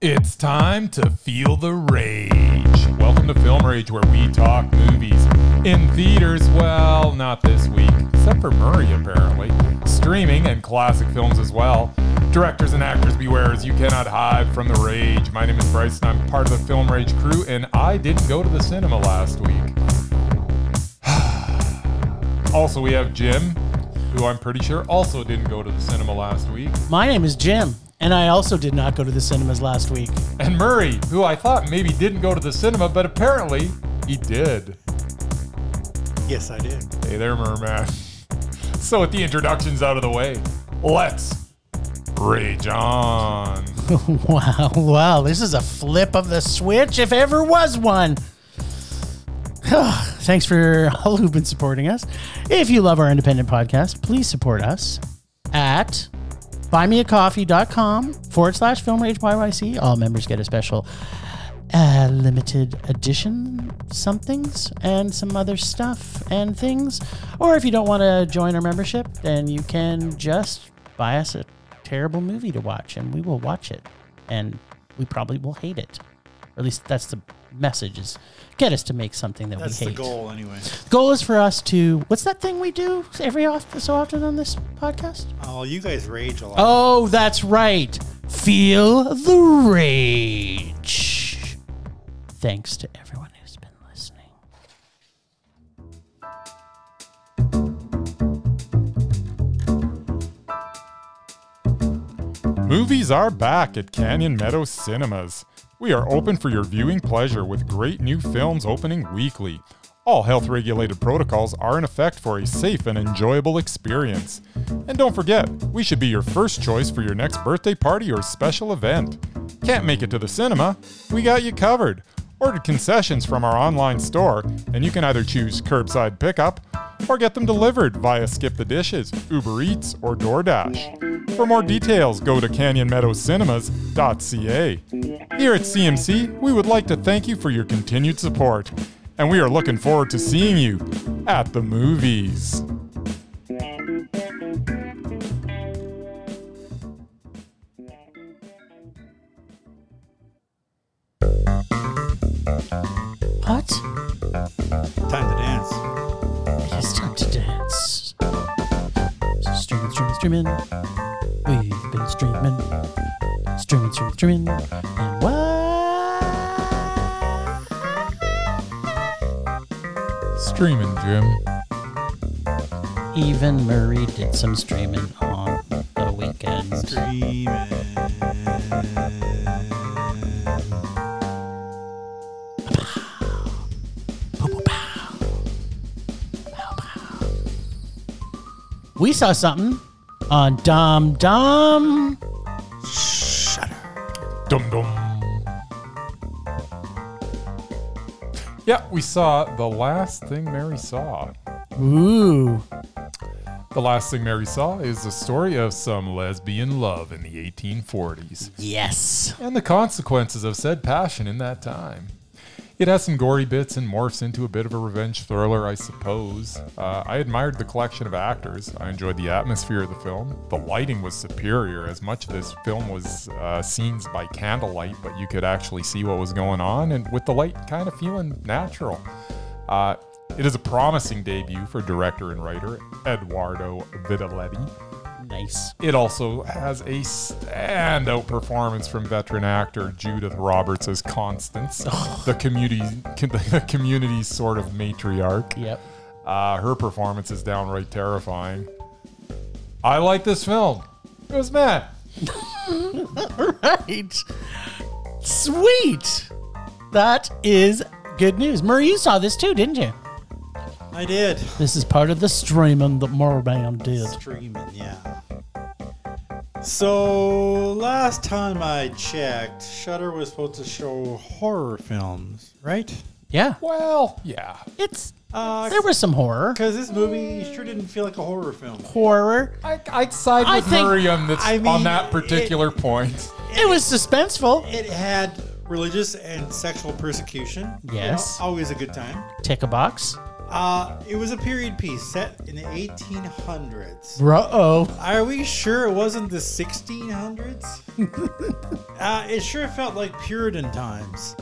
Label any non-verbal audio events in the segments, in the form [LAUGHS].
It's time to feel the rage. Welcome to Film Rage, where we talk movies in theaters. Well, not this week, except for Murray, apparently. Streaming and classic films as well. Directors and actors, beware as you cannot hide from the rage. My name is Bryce, and I'm part of the Film Rage crew, and I didn't go to the cinema last week. [SIGHS] also, we have Jim, who I'm pretty sure also didn't go to the cinema last week. My name is Jim, and I also did not go to the cinemas last week. And Murray, who I thought maybe didn't go to the cinema, but apparently he did. Yes, I did. Hey there, Merman. [LAUGHS] So with the introductions out of the way, let's rage on. [LAUGHS] wow, wow, this is a flip of the switch if ever was one. [SIGHS] Thanks for all who've been supporting us. If you love our independent podcast, please support us at buymeacoffee.com forward slash film rage YYC. All members get a special uh, limited edition somethings and some other stuff and things. Or if you don't want to join our membership, then you can just buy us a terrible movie to watch and we will watch it. And we probably will hate it. Or at least that's the message is get us to make something that That's we the hate. goal, anyway. Goal is for us to what's that thing we do every off, so often on this podcast? Oh, you guys rage a lot. Oh, that's right. Feel the rage. Thanks to everyone who's been listening. Movies are back at Canyon Meadow Cinemas. We are open for your viewing pleasure with great new films opening weekly. All health regulated protocols are in effect for a safe and enjoyable experience. And don't forget, we should be your first choice for your next birthday party or special event. Can't make it to the cinema? We got you covered. Order concessions from our online store, and you can either choose curbside pickup or get them delivered via Skip the Dishes, Uber Eats, or DoorDash. For more details, go to canyonmeadowcinemas.ca. Here at CMC, we would like to thank you for your continued support, and we are looking forward to seeing you at the movies. What? Oh. Time to dance. It's time to dance. Streaming, streaming, streaming. We've been streaming. Streaming, streaming, streaming. And what? Streaming, Jim. Even Murray did some streaming on the weekend. Dreaming. We saw something on Dom Dom. Dum dum. Yeah, we saw the last thing Mary saw. Ooh. The last thing Mary saw is the story of some lesbian love in the 1840s Yes. and the consequences of said passion in that time. It has some gory bits and morphs into a bit of a revenge thriller, I suppose. Uh, I admired the collection of actors. I enjoyed the atmosphere of the film. The lighting was superior, as much of this film was uh, scenes by candlelight, but you could actually see what was going on, and with the light kind of feeling natural. Uh, it is a promising debut for director and writer Eduardo Vitaletti. Nice. It also has a standout performance from veteran actor Judith Roberts as Constance, the community, [LAUGHS] the community's sort of matriarch. Yep. Uh, her performance is downright terrifying. I like this film. It was Matt. Right. Sweet. That is good news. Murray, you saw this too, didn't you? I did. This is part of the streaming that Morban did. Streaming, yeah. So last time I checked, Shutter was supposed to show horror films, right? Yeah. Well, yeah. It's Uh, there was some horror. because this movie sure didn't feel like a horror film. Horror. I, I side I with think- Murray on, this, I on mean, that particular point. It was suspenseful. It had religious and sexual persecution. you know, Yes. always a good time. Tick a box. Uh, it was a period piece set in the 1800s. Bro, oh, Are we sure it wasn't [LAUGHS] the 1600s? uh, it sure felt like Puritan times,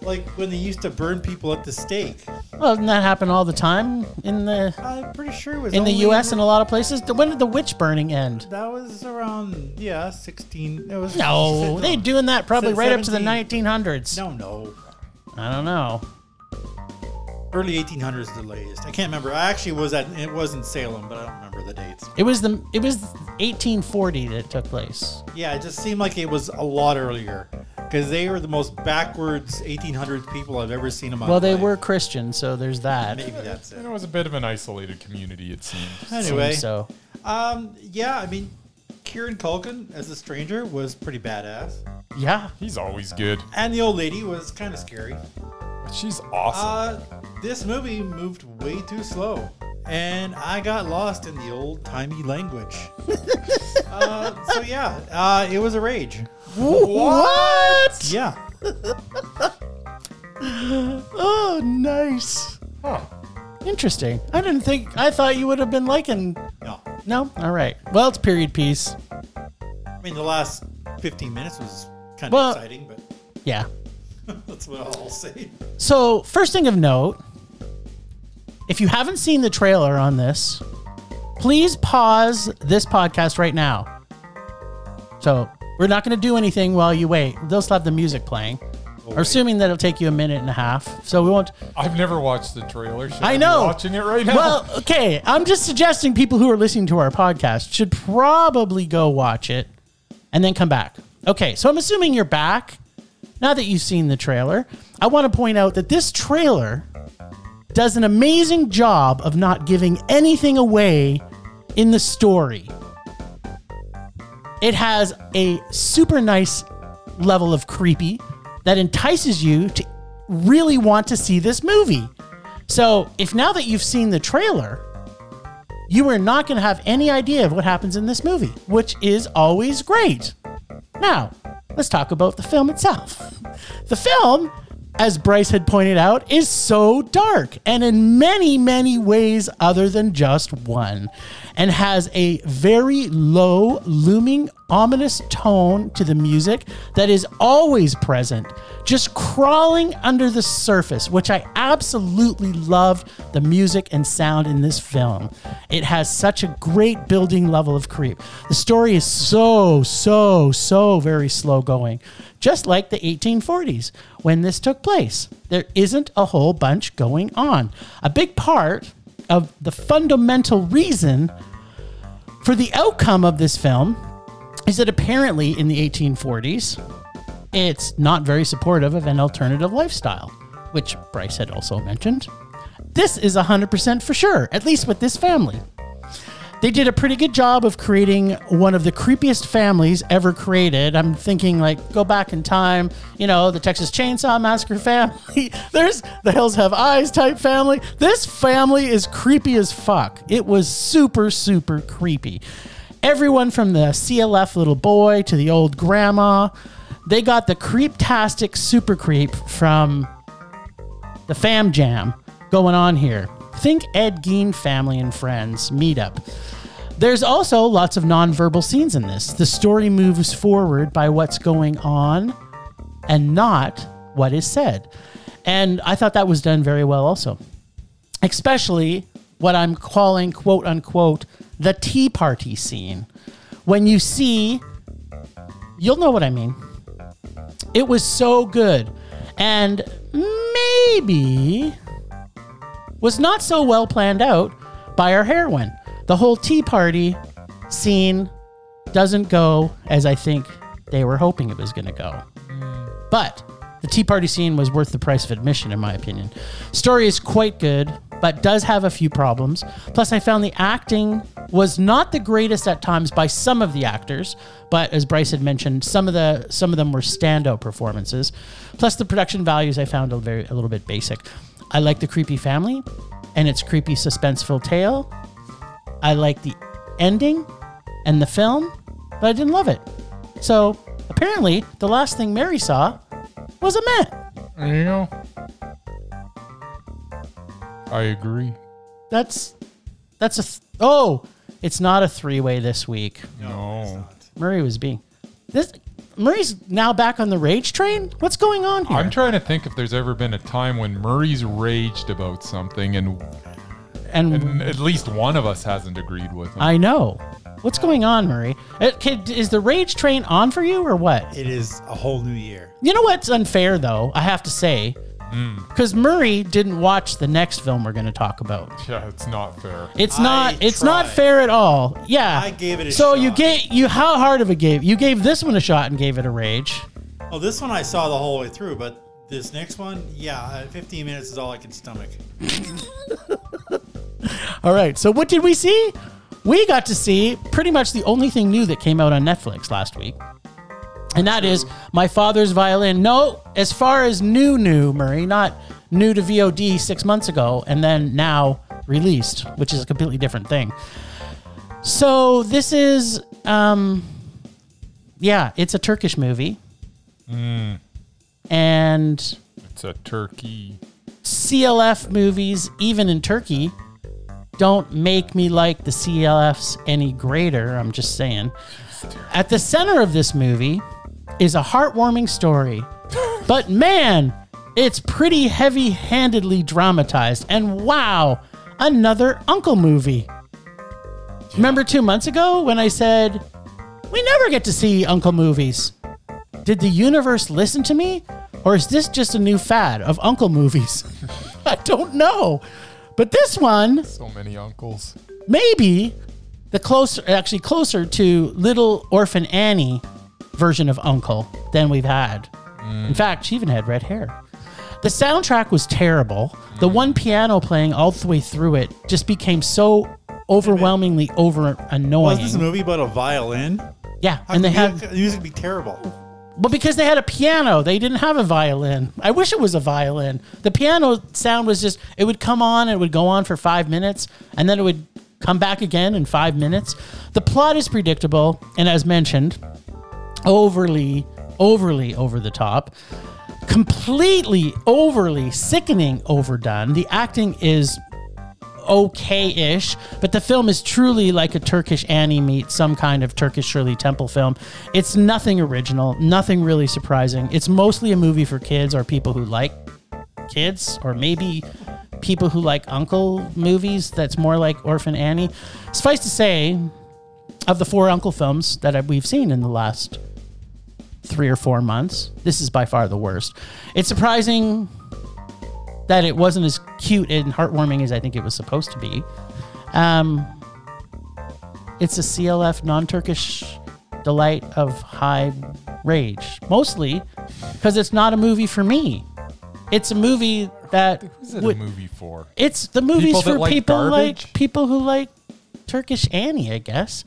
like when they used to burn people at the stake. well, doesn't that happen all the time in the I'm pretty sure it was in the only U.S. and a lot of places? When did the witch burning end? That was around yeah, 16. It was No, they doing that probably Since right up to the 17. 1900s. No, no. I don't know. Early 1800s is the latest. I can't remember. I actually was at it was in Salem, but I don't remember the dates. It was the it was 1840 that it took place. Yeah, it just seemed like it was a lot earlier because they were the most backwards 1800s people I've ever seen in my Well, they life. were Christian, so there's that. Maybe that's It it. was a bit of an isolated community, it seemed. Seems Anyway, so um, yeah, I mean, Kieran Culkin as a stranger was pretty badass, yeah, He's always good. and the old lady was kind of scary. She's awesome. Uh, this movie moved way too slow, and I got lost in the old timey [LAUGHS] language. uh, so yeah, uh, it was a rage. What? Yeah, Oh, nice. Huh. Interesting. I didn't think. I thought you would have been liking. no, No. All right. Well, it's period piece. I mean the last 15 minutes was kind of Well- exciting, but [LAUGHS] Yeah. that's what I'll say. So first thing of note, if you haven't seen the trailer on this, please pause this podcast right now. So we're not going to do anything while you wait. They'll still have the music playing. Oh, We're assuming that it'll take you a minute and a half. So we won't. I've never watched the trailer. Should I be know. watching it right now. Well, okay. I'm just suggesting people who are listening to our podcast should probably go watch it and then come back. Okay. So I'm assuming you're back now that you've seen the trailer. I want to point out that this trailer does an amazing job of not giving anything away in the story. It has a super nice level of creepy that entices you to really want to see this movie. So, if now that you've seen the trailer, you are not going to have any idea of what happens in this movie, which is always great. Now, let's talk about the film itself. The film, as Bryce had pointed out, is so dark and in many, many ways other than just one, and has a very low, looming, ominous tone to the music that is always present, just crawling under the surface, which I absolutely loved the music and sound in this film. It has such a great building level of creep. The story is so, so, so very slow going, just like the 1840s when this took place. There isn't a whole bunch going on. A big part of the fundamental reason for the outcome of this film is that apparently in the 1840s, it's not very supportive of an alternative lifestyle, which Bryce had also mentioned. This is 100% for sure, at least with this family. They did a pretty good job of creating one of the creepiest families ever created. I'm thinking like go back in time, you know, the Texas Chainsaw Massacre family. [LAUGHS] There's the Hills Have Eyes type family. This family is creepy as fuck. It was super super creepy. Everyone from the CLF little boy to the old grandma, they got the creeptastic super creep from the fam jam going on here. Think Ed Gein family and friends meetup. There's also lots of nonverbal scenes in this. The story moves forward by what's going on and not what is said. And I thought that was done very well also. Especially what I'm calling quote unquote the tea party scene. When you see you'll know what I mean. It was so good. And maybe was not so well planned out by our heroine. The whole tea party scene doesn't go as I think they were hoping it was going to go. But the tea party scene was worth the price of admission, in my opinion. Story is quite good, but does have a few problems. Plus, I found the acting was not the greatest at times by some of the actors, but as Bryce had mentioned, some of the some of them were standout performances. Plus, the production values I found a, very, a little bit basic. I like the creepy family and its creepy suspenseful tale. I like the ending and the film, but I didn't love it. So apparently, the last thing Mary saw was a man. There you go. I agree. That's that's a th- oh, it's not a three way this week. No. it's not. Murray was being this. Murray's now back on the rage train. What's going on here? I'm trying to think if there's ever been a time when Murray's raged about something and, and, and at least one of us hasn't agreed with him. I know what's going on, Murray. Uh, kid, Is the rage train on for you or what? It is a whole new year. You know what's unfair though. I have to say, Hmm. because Murray didn't watch the next film we're going to talk about. yeah, it's not fair. It's I not. It's not tried. fair at all. Yeah. I gave it a so you shot. gave you how hard of a game? You gave this one a shot and gave it a rage. Well, this one I saw the whole way through, but this next one, yeah, uh, 15 minutes is all I can stomach. All right. So what did we see? We got to see pretty much the only thing new that came out on Netflix last week. And that is My Father's Violin. No, as far as new new Murray, not new to VOD 6 months ago and then now released, which is a completely different thing. So this is um yeah, it's a Turkish movie. And It's a turkey. CLF movies, even in Turkey, don't make me like the CLFs any greater. I'm just saying. At the center of this movie is a heartwarming story, but man, it's pretty heavy handedly dramatized. And wow, another Uncle movie. Remember two months ago when I said, we never get to see Uncle movies? Did the universe listen to me? Or is this just a new fad of uncle movies? [LAUGHS] I don't know. But this one, So many uncles. maybe the closer, actually closer to Little Orphan Annie version of Uncle than we've had. Mm. In fact, she even had red hair. The soundtrack was terrible. The Mm. one piano playing all the way through it just became so overwhelmingly over Was annoying. Oh, this a movie about a violin? yeah, How and they could had the music be terrible. Well, because they had a piano, they didn't have a violin. I wish it was a violin. The piano sound was just, it would come on, it would go on for five minutes, and then it would come back again in five minutes. The plot is predictable, and as mentioned, overly, overly over the top, completely overly sickening overdone. The acting is okay-ish, but the film is truly like a Turkish Annie meets some kind of Turkish Shirley Temple film. It's nothing original, nothing really surprising. It's mostly a movie for kids or people who like kids or maybe people who like uncle movies that's more like Orphan Annie. Suffice to say, of the four uncle films that I- we've seen in the last 3 or 4 months, this is by far the worst. It's surprising that it wasn't as cute and heartwarming as I think it was supposed to be. Um, it's a CLF non Turkish delight of high rage, mostly because it's not a movie for me. It's a movie that Who's it would- a movie for? it's the movies People that for like people like garbage? people who like Turkish Annie, I guess.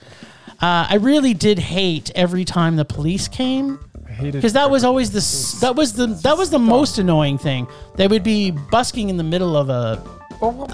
Uh, I really did hate every time the police came I hated because that was always the s- that was the that was the most annoying thing. They would be busking in the middle of a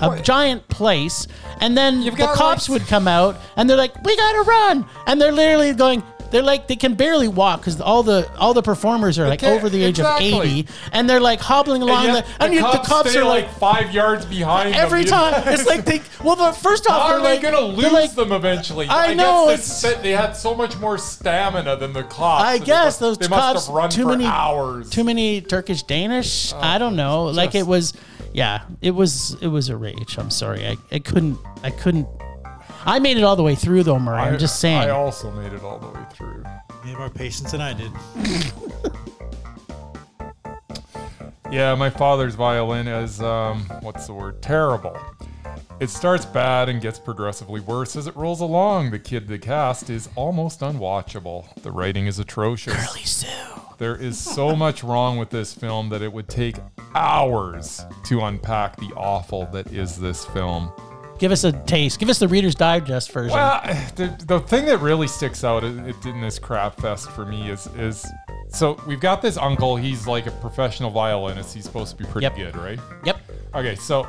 a giant place, and then the got, cops would come out and they're like, "We gotta run!" and they're literally going. They're like they can barely walk because all the all the performers are like can't- over the age exactly. of eighty, and they're like hobbling along. And, yet the, and the, you- cops stay are like five yards behind. every them. time. It's like they well, the first off, How they're are they like, gonna they're lose like, them eventually? I know, Guess it's- they, said they had so much more stamina than the cops. I and they must- guess those they cops must have run too for many hours. Oh, Too many Turkish Danish. I don't know. like it just- was, yeah, it was it was a rage. I'm sorry, I, I couldn't I couldn't. I made it all the way through though, Murray. I'm just saying. I also made it all the way through. You have more patience than I did. Yeah, my father's violin is um, what's the word? Terrible. It starts bad and gets progressively worse as it rolls along. The kid they cast is almost unwatchable. The writing is atrocious. Really, Sue. There is [LAUGHS] so much wrong with this film that it would take hours to unpack the awful that is this film. Give us a taste. Give us the Reader's Digest version. Well, the, the thing that really sticks out i- it- in this crap fest for me is is so we've got this uncle. He's like a professional violinist. He's supposed to be pretty Yep. good, right? yep. Okay, so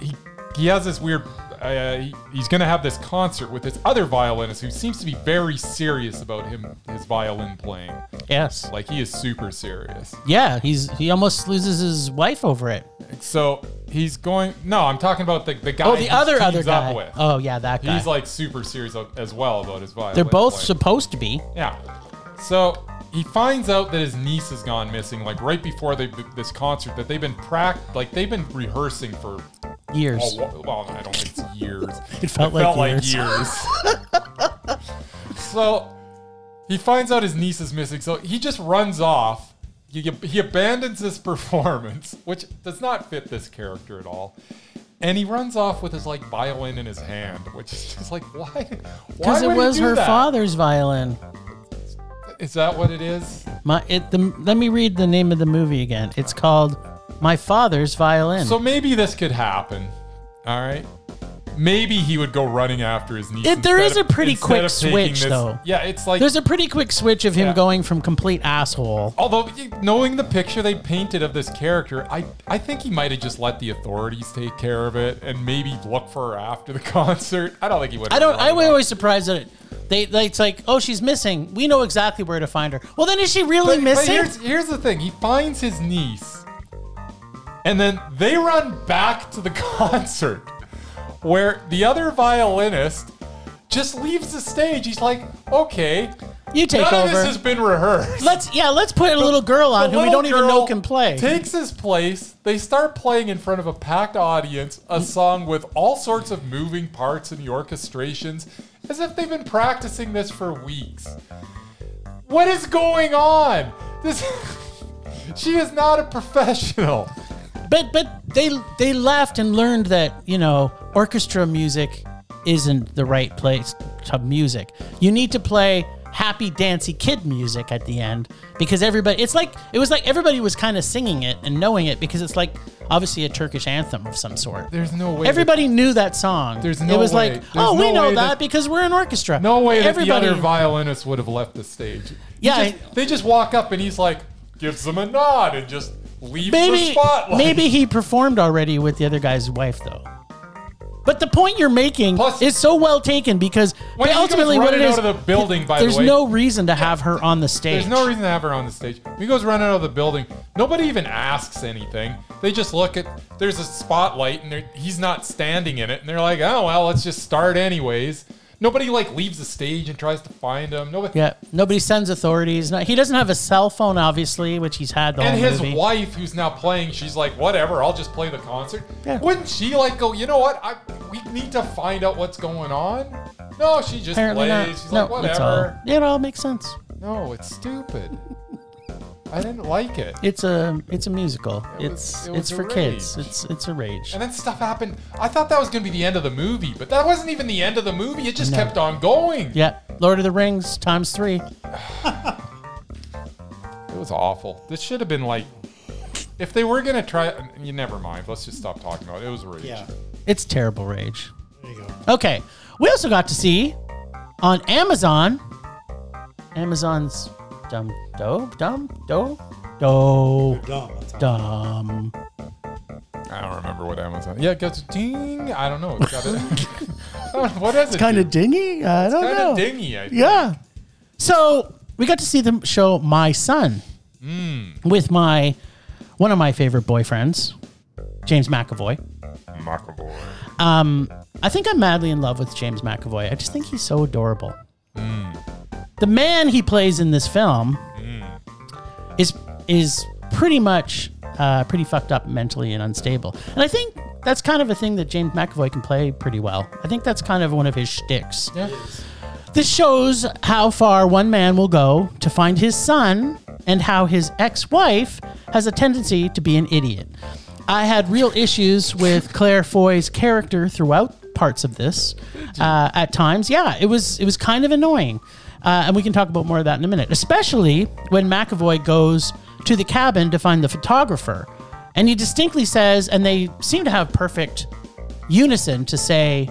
he he has this weird uh, he- he's going to have this concert with this other violinist who seems to be very serious about him his violin playing. Yes. Like he is super serious. Yeah, he's he almost loses his wife over it. So he's going. No, I'm talking about the, the guy. Oh, the he other other teams guy. Up with. Oh yeah, that guy. He's like super serious a- as well about his violin. They're both playing. supposed to be. Yeah. So he finds out that his niece has gone missing, like right before they, this concert that they've been pract, like they've been rehearsing for. Years. a wh- well, I don't think it's years. [LAUGHS] It felt like years. years. so he finds out his niece is missing. So he just runs off. He, he abandons this [LAUGHS] performance, which does not fit this character at all. And he runs off with his like violin in his hand, which is just like why? Because Because it was her father's violin. Is that what it is? My it the let me read the name of the movie again. It's called My Father's Violin. So maybe this could happen. All right. Maybe he would go running after his niece. It- there instead is a pretty instead quick of taking switch, though. Yeah, it's like There's a pretty quick switch of him Yeah. going from complete asshole. Although knowing the picture they painted of this character, I I think he might have just let the authorities take care of it and maybe look for her after the [LAUGHS] concert. I don't think he would. I don't. I was always surprised that it, they. They it's like, oh, she's missing. We know exactly where to find her. Well, then is she really But, but missing? here's here's the thing: he finds his niece, and then they run back to the [LAUGHS] concert, where the other violinist just leaves the stage. He's like, okay, you take none of this over. has been rehearsed. Let's yeah, let's put a little girl The on who we little don't even know girl can play. Takes his place. They start playing in front of a packed audience a song with all sorts of moving parts and the orchestrations, as if they've been practicing this for weeks. What is going on? This. [LAUGHS] She is not a professional. but but they they left and learned that you know orchestra music isn't the right place to music. You need to play happy dancy kid music at the end because everybody it's like it was like everybody was kind of singing it and knowing it because it's like obviously a Turkish anthem of some sort. There's no way. that- Everybody knew that song. There's It no was way- like, oh, there's no we know way that, that- because we're an orchestra. no way that Everybody, the other violinist would have left the stage. He Yeah, just- I- they just walk up and he's like, gives them a nod and just leaves the maybe spotlight. maybe he performed already with the other guy's wife though. But the point you're making Plus- is so well taken because When he goes ultimately what it running is out of the building, by the there's way. no reason to have her on the stage. There's no reason to have her on the stage. He goes running out of the building. Nobody even asks anything. They just look at. There's a spotlight, and they're- he's not standing in it. And they're like, "Oh well, let's just start anyways." Nobody like leaves the stage and tries to find him. Nobody. yeah, nobody sends authorities. No, he doesn't have a cell phone, obviously, which he's had the And whole his movie. wife, who's now playing, she's like, "Whatever, I'll just play the concert." Yeah. Wouldn't she like go? You know what? I, we need to find out what's going on. No, she just Apparently plays. not. She's no, like, it's all. "Whatever." It all makes sense. No, it's stupid. I didn't like it. It's a it's a musical. It was- it's it was it's a for rage. kids. It's it's a rage. And then stuff happened. I thought that was going to be the end of the movie, but that wasn't even the end of the movie. It just No. kept on going. Yeah, Lord of the Rings times three. It was awful. This should have been like, if they were going to try, you never mind. Let's just stop talking about it. It was rage. Yeah. It's terrible rage. There you go. Okay, we also got to see on Amazon, Amazon's dumb do dumb do do Dumb. That's how- dumb. I don't remember what Amazon. Yeah, it goes ding. I don't know. It's got a, [LAUGHS] [LAUGHS] what is it? Kind of dingy. I don't kind know. of dingy. I think. Yeah. So we got to see the show My Son with my one of my favorite boyfriends, James McAvoy. Macabre. Um, I think I'm madly in love with James McAvoy. I just think he's so adorable. The man he plays in this film is is pretty much uh, pretty fucked up mentally and unstable. And I think that's kind of a thing that James McAvoy can play pretty well. I think that's kind of one of his shticks. Yeah. This shows how far one man will go to find his son and how his ex wife has a tendency to be an idiot. I had real issues with Claire Foy's character throughout parts of this. Uh, at times, yeah, it was it was kind of annoying, uh, and we can talk about more of that in a minute. Especially when McAvoy goes to the cabin to find the photographer, and he distinctly says, and they seem to have perfect unison to say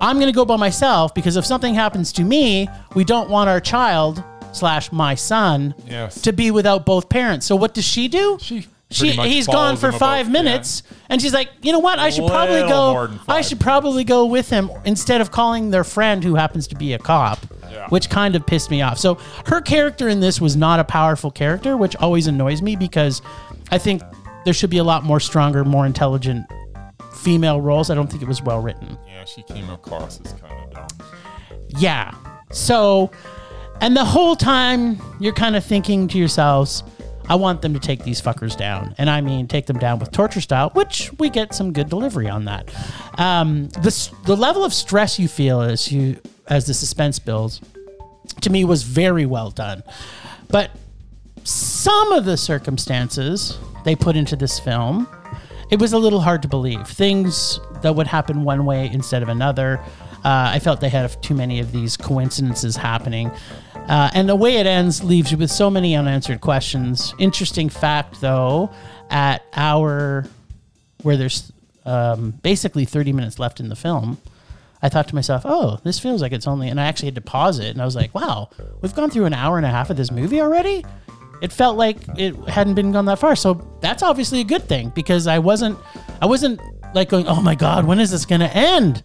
I'm going to go by myself because if something happens to me, we don't want our child slash my son Yes. to be without both parents. So what does she do? She she much he's gone follows for him about- five minutes, and she's like, you know what? I should probably Little more go. than five I should probably go with him instead of calling their friend who happens to be a cop, Yeah. which kind of pissed me off. So her character in this was not a powerful character, which always annoys me because I think there should be a lot more stronger, more intelligent female roles. I don't think it was well written. Yeah, she came across as kind of dumb. Yeah. So, and the whole time you're kind of thinking to yourselves, I want them to take these fuckers down. And I mean, take them down with torture style, which we get some good delivery on that. Um, the, s- the level of stress you feel as you as the suspense builds, to me, was very well done. But some of the circumstances they put into this film, it was a little hard to believe. Things that would happen one way instead of another. Uh, I felt they had too many of these coincidences happening. Uh, and the way it ends leaves you with so many unanswered questions. Interesting fact, though, at our where there's um, basically 30 minutes left in the film, I thought to myself, oh, this feels like it's only, and I actually had to pause it. And I was like, wow, we've gone through an hour and a half of this movie already? It felt like it hadn't been gone that far. So that's obviously a good thing because I wasn't, I wasn't like going, oh my God, when is this going to end?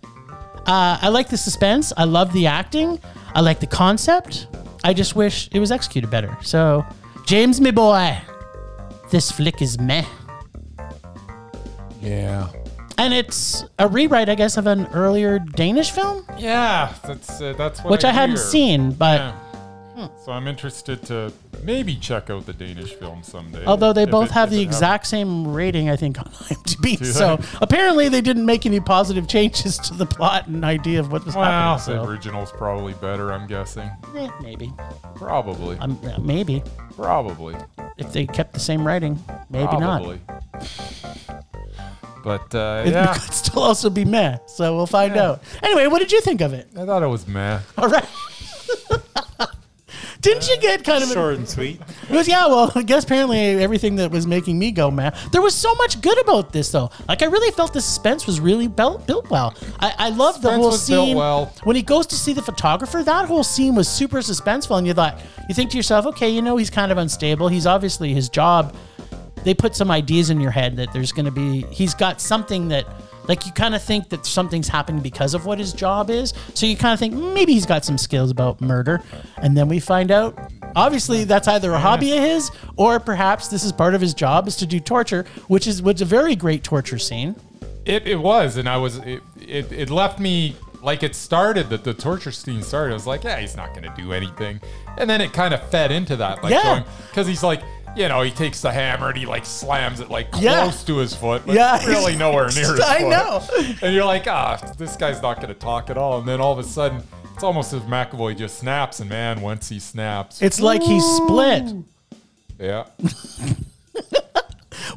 Uh, I like the suspense. I love the acting. I like the concept. I just wish it was executed better. So, James, me boy, this flick is meh. Yeah. And it's a rewrite, I guess, of an earlier Danish film, Yeah, that's uh, that's what which I hadn't hear. seen. But Yeah. Hmm. So I'm interested to maybe check out the Danish film someday. although they if both it- have if the it happens. exact same rating, I think, on [LAUGHS] IMDb. they? So apparently they didn't make any positive changes to the plot and idea of what was Well, the happening. original's probably better. I'm guessing. So, eh, maybe, Probably. um, uh, maybe Probably. if they kept the same writing, maybe not. [LAUGHS] probably. But uh, It yeah, could still also be meh. So we'll find Yeah. out. Anyway, what did you think of it? I thought it was meh. All right. [LAUGHS] Didn't you get kind of a- Short and sweet. It was, yeah, well, [LAUGHS] I guess apparently everything that was making me go mad. There was so much good about this, though. Like, I really felt the suspense was really built, built well. I, I love the Suspense whole was built scene. well. When he goes to see the photographer, that whole scene was super suspenseful. And you thought, you think to yourself, okay, you know, he's kind of unstable. He's obviously his job. They put some ideas in your head that there's going to be, he's got something that, like, you kind of think that something's happened because of what his job is. So you kind of think maybe he's got some skills about murder. And then we find out, obviously, that's either a hobby of his or perhaps this is part of his job is to do torture, which is, which is a very great torture scene. It, it was, and I was it, it it left me like it started that the torture scene started. I was like, yeah, he's not gonna do anything, and then it kind of fed into that, like Yeah. because he's like. You know, he takes the hammer and he like slams it like Yeah. close to his foot, but Yeah. [LAUGHS] really nowhere near his I foot. know. And you're like, ah, this guy's not going to talk at all. And then all of a sudden, it's almost as if McAvoy just snaps. And man, once he snaps, It's like he's split. yeah,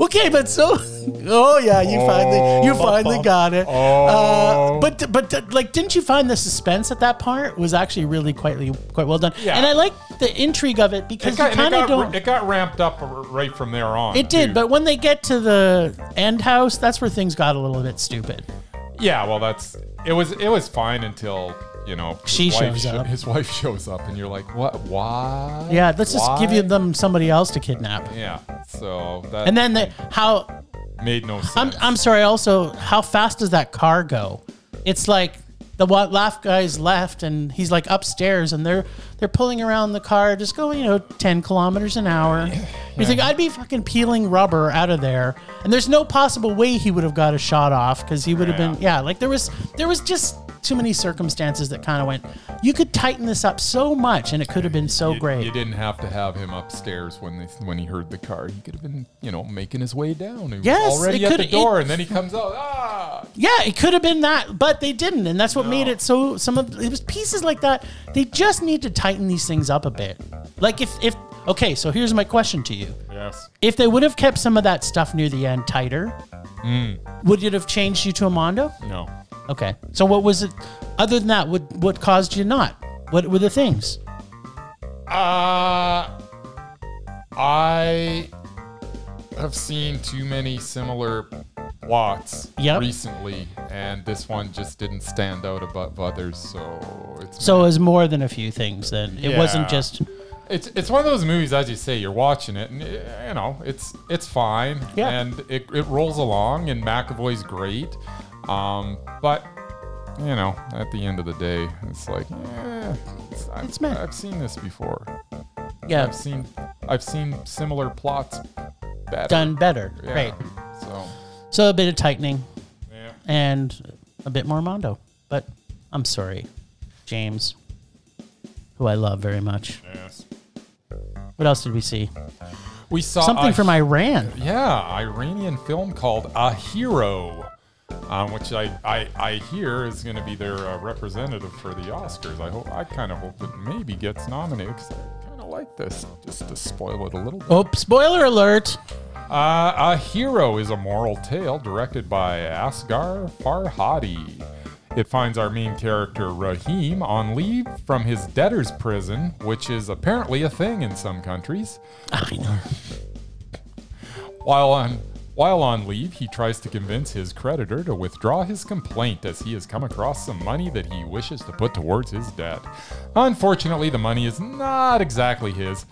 Okay, but so, [LAUGHS] oh yeah, you finally, you finally got it. Uh, Oh. but but like, didn't you find the suspense at that part was actually really quite quite well done? Yeah. And I like the intrigue of it because it got, you and it kind of got- don't. it got ramped up r- right from there on. it did, too. but when they get to the end house, that's where things got a little bit stupid. Yeah, well, that's it was it was fine until you know his She wife shows sho- up. His [LAUGHS] wife shows up, and you're like, what? Why? Yeah, let's just give you Why? them somebody else to kidnap. Yeah, so that And then the, how made no sense. I'm, I'm sorry. Also, how fast does that car go? It's like the wa- last guy's left, and he's like upstairs, and they're they're pulling around the car, just going you know ten kilometers an hour. You think I'd be fucking peeling rubber out of there, and there's no possible way he would have got a shot off because he would have been yeah. Like there was there was just too many circumstances that kind of went. You could tighten this up so much, and it could have been so you, great. You didn't have to have him upstairs when they, when he heard the car. He could have been, you know, making his way down. He was Yes, already it at the could- door, it- and then he comes out. Ah, Yeah, it could have been that, but they didn't, and that's what made it so. Some of it was pieces like that. They just need to tighten these things up a bit. Like if if okay, so here's my question to you: yes. If they would have kept some of that stuff near the end tighter, Mm. would it have changed you to Amando? No. Okay, so what was it? Other than that, what what caused you not? What were the things? Uh, I have seen too many similar plots Yep. recently, and this one just didn't stand out above others. So it's So it was more than a few things. Then it wasn't Yeah. just It's it's one of those movies, as you say, you're watching it, and eh, you know it's it's fine, Yeah. and it, it rolls along, and McAvoy's great, um, but you know at the end of the day, it's like, eh, it's, I've, It's meh. I've seen this before. Yeah, I've seen I've seen similar plots better. done better. Yeah. Right. So So a bit of tightening yeah, and a bit more Mondo. But I'm sorry, James, who I love very much. yes. What else did we see? Uh, We saw Something a from Iran. Yeah, Iranian film called A Hero, um, which I, I, I hear is going to be their uh, representative for the Oscars. I hope I kind of hope it maybe gets nominated because I kind of like this. Just to spoil it a little bit. Oh, spoiler alert! Uh, a Hero is a moral tale directed by Asghar Farhadi. It finds our main character Rahim on leave from his debtor's prison, which is apparently a thing in some countries. Ah, I know. While on while on leave, he tries to convince his creditor to withdraw his complaint as he has come across some money that he wishes to put towards his debt. Unfortunately, the money is not exactly his.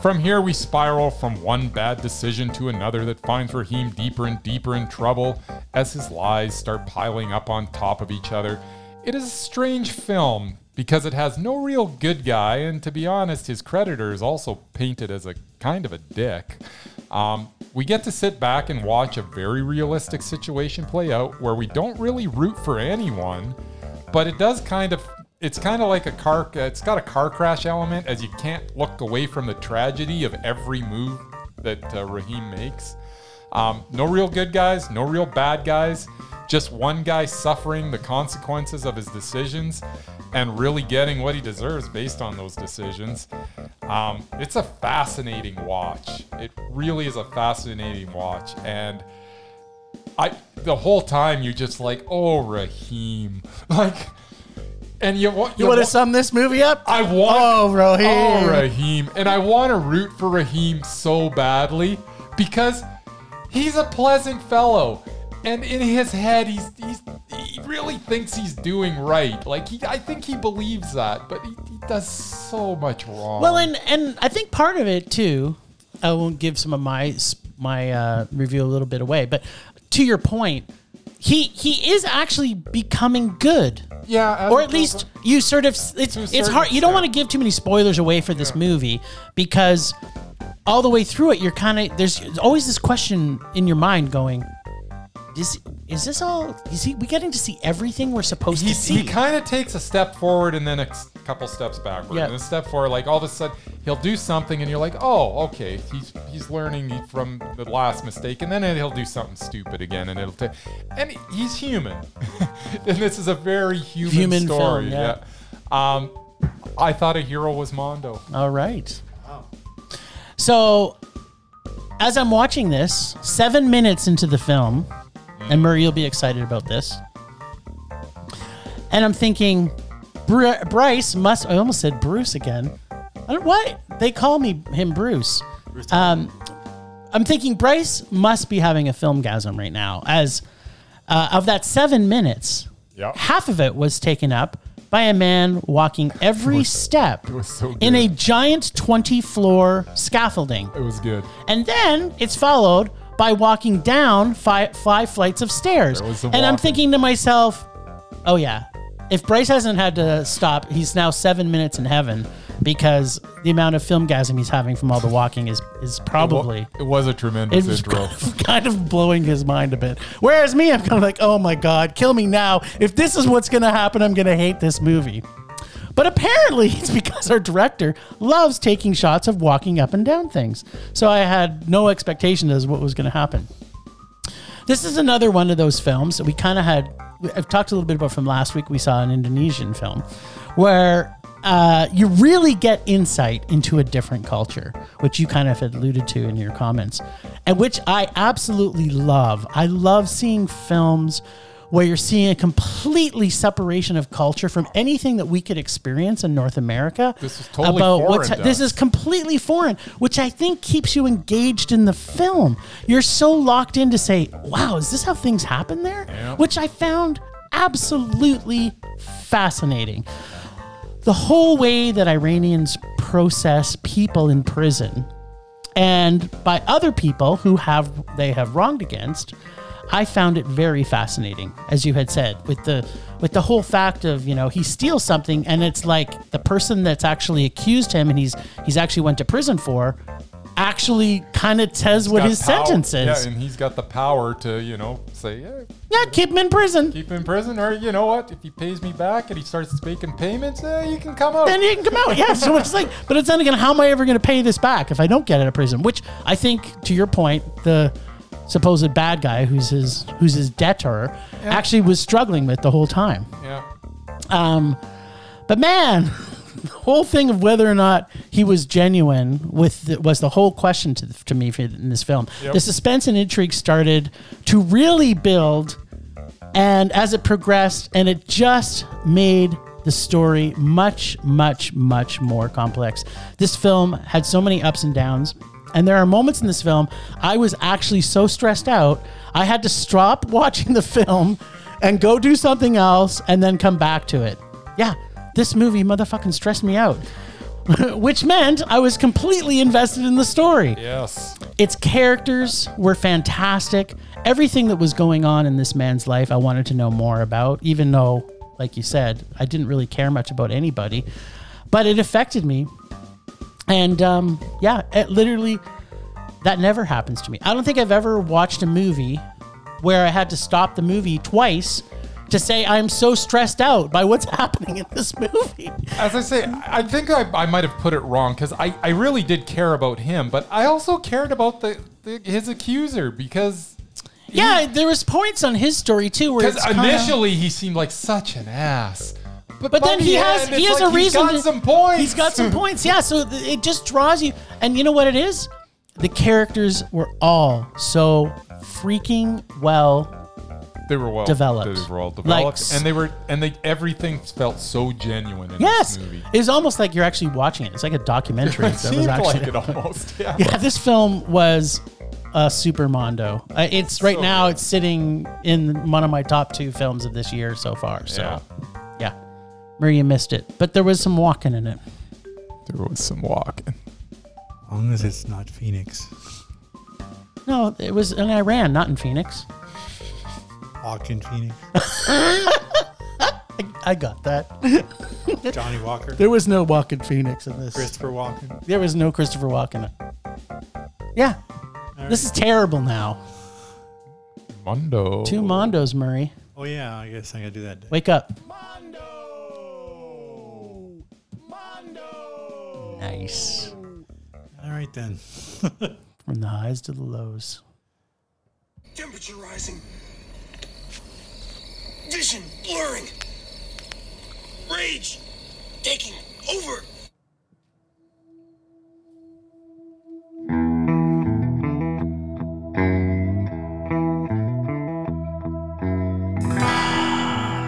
From here, we spiral from one bad decision to another that finds Raheem deeper and deeper in trouble as his lies start piling up on top of each other. It is a strange film because it has no real good guy, and to be honest, his creditor is also painted as a kind of a dick. Um, we get to sit back and watch a very realistic situation play out where we don't really root for anyone, but it does kind of. It's kind of like a car. It's got a car crash element, as you can't look away from the tragedy of every move that uh, Raheem makes. Um, no real good guys, no real bad guys, just one guy suffering the consequences of his decisions and really getting what he deserves based on those decisions. Um, it's a fascinating watch. It really is a fascinating watch. And I, the whole time you're just like, oh, Raheem. [LAUGHS] Like, and you want, You want to sum this movie up? I want Oh, Raheem. Oh, Raheem. And I want to root for Raheem so badly because he's a pleasant fellow. And in his head, he's, he's he really thinks he's doing right. Like he, I think he believes that, but he, he does so much wrong. Well, and and I think part of it too. I won't give some of my s- my uh, review a little bit away, but to your point, he he is actually becoming good, yeah, as or a at least you sort of. s- It's To a it's certain hard. You don't extent. want to give too many spoilers away for this movie because all the way through it, you're kind of there's always this question in your mind going. Is, is this all? Is he? We getting to see everything we're supposed he, to see? he kind of takes a step forward and then a s- couple steps backward Yeah. and a step forward like all of a sudden he'll do something and you're like oh okay he's he's learning from the last mistake and then he'll do something stupid again and it'll take and he's human [LAUGHS] and this is a very human, Human film, story yeah. yeah. um i thought a hero was mondo All right. So, as I'm watching this, seven minutes into the film, and Murray, you'll be excited about this. And I'm thinking, Br- Bryce must. I almost said Bruce again. I don't what they call me him Bruce. Um, I'm thinking Bryce must be having a filmgasm right now. As uh, of that seven minutes, Yep. half of it was taken up by a man walking every step was so in a good. giant 20 floor scaffolding. it was good And then it's followed by walking down five, five flights of stairs. There was And the I'm walking. thinking to myself, oh, yeah, if Bryce hasn't had to stop, he's now seven minutes in heaven because the amount of filmgasm he's having from all the walking is, is probably. it was a It tremendous was intro [LAUGHS] kind of blowing his mind a bit. Whereas me, I'm kind of like, oh my God, kill me now. If this is what's going to happen, I'm going to hate this movie. But apparently, [LAUGHS] it's because our director loves taking shots of walking up and down things. So I had no expectation as what was going to happen. This is another one of those films that we kind of had. I've talked a little bit about from last week. We saw an Indonesian film where uh, you really get insight into a different culture, which you kind of had alluded to in your comments, and which I absolutely love. I love seeing films where you're seeing a completely separation of culture from anything that we could experience in North America. This is totally what's foreign to this us. is completely foreign, which I think keeps you engaged in the film. You're so locked in to say, wow, is this how things happen there? Which I found absolutely fascinating. the whole way that Iranians process people in prison and by other people who have they have wronged against i found it very fascinating as you had said with the with the whole fact of you know he steals something and it's like the person that's actually accused him and he's he's actually went to prison for actually kind of says what Got his power- sentence is Yeah, and he's got the power to, you know, say, yeah, yeah keep him in prison keep him in prison, or you know what? If he pays me back and he starts making payments, eh, you can come out. then you can come out. Yeah. So it's like, but it's then again, how am I ever going to pay this back if I don't get out of prison? Which I think, to your point, the supposed bad guy who's his who's his debtor actually was struggling with the whole time. yeah. Um, but man, [LAUGHS] the whole thing of whether or not he was genuine with the, was the whole question to, to me for- in this film. Yep. The suspense and intrigue started to really build, and as it progressed, and it just made the story much, much, much more complex. This film had so many ups and downs. And there are moments in this film I was actually so stressed out, I had to stop [LAUGHS] watching the film and go do something else and then come back to it. Yeah, this movie motherfucking stressed me out. [LAUGHS] Which meant I was completely invested in the story. Yes. Its characters were fantastic. Everything that was going on in this man's life, I wanted to know more about, even though, like you said, I didn't really care much about anybody. But it affected me. And um, yeah, it literally, that never happens to me. I don't think I've ever watched a movie where I had to stop the movie twice to say, I'm so stressed out by what's [LAUGHS] happening in this movie. As I say, I I think I, I might have put it wrong because I, I really did care about him, but I also cared about the, the his accuser because Yeah, there was points on his story too where it's because kinda- initially he seemed like such an ass. But then he has he has a reason. He's got to- some points. He's got [LAUGHS] some points. Yeah, so th- it just draws you. And you know what it is? The characters were all so freaking well. They were well Developed. They were all developed, Like, and they were and they everything felt so genuine in Yes, this movie. it was almost like you're actually watching it. It's like a [LAUGHS] documentary. It that seemed was actually like it almost. [LAUGHS] Yeah. yeah, [LAUGHS] this film was a super mondo. Uh, it's right So now. good. It's sitting in one of my top two films of this year so far. So, Yeah. yeah, Maria missed it, but there was some walking in it. There was some walking. As long as it's not Phoenix. No, it was in Iran, not in Phoenix. Hawking Phoenix. I, I got that. [LAUGHS] Johnny Walker. There was no Walken Phoenix in this. Christopher Walken. There was no Christopher Walken. Yeah. This is terrible now. Mondo. Two Mondos, Murray. Oh yeah, I guess I gotta do that. Wake up. Oh. Mondo. Mondo. Nice. All right then. From the highs to the lows. Temperature rising. Vision blurring. Rage taking over.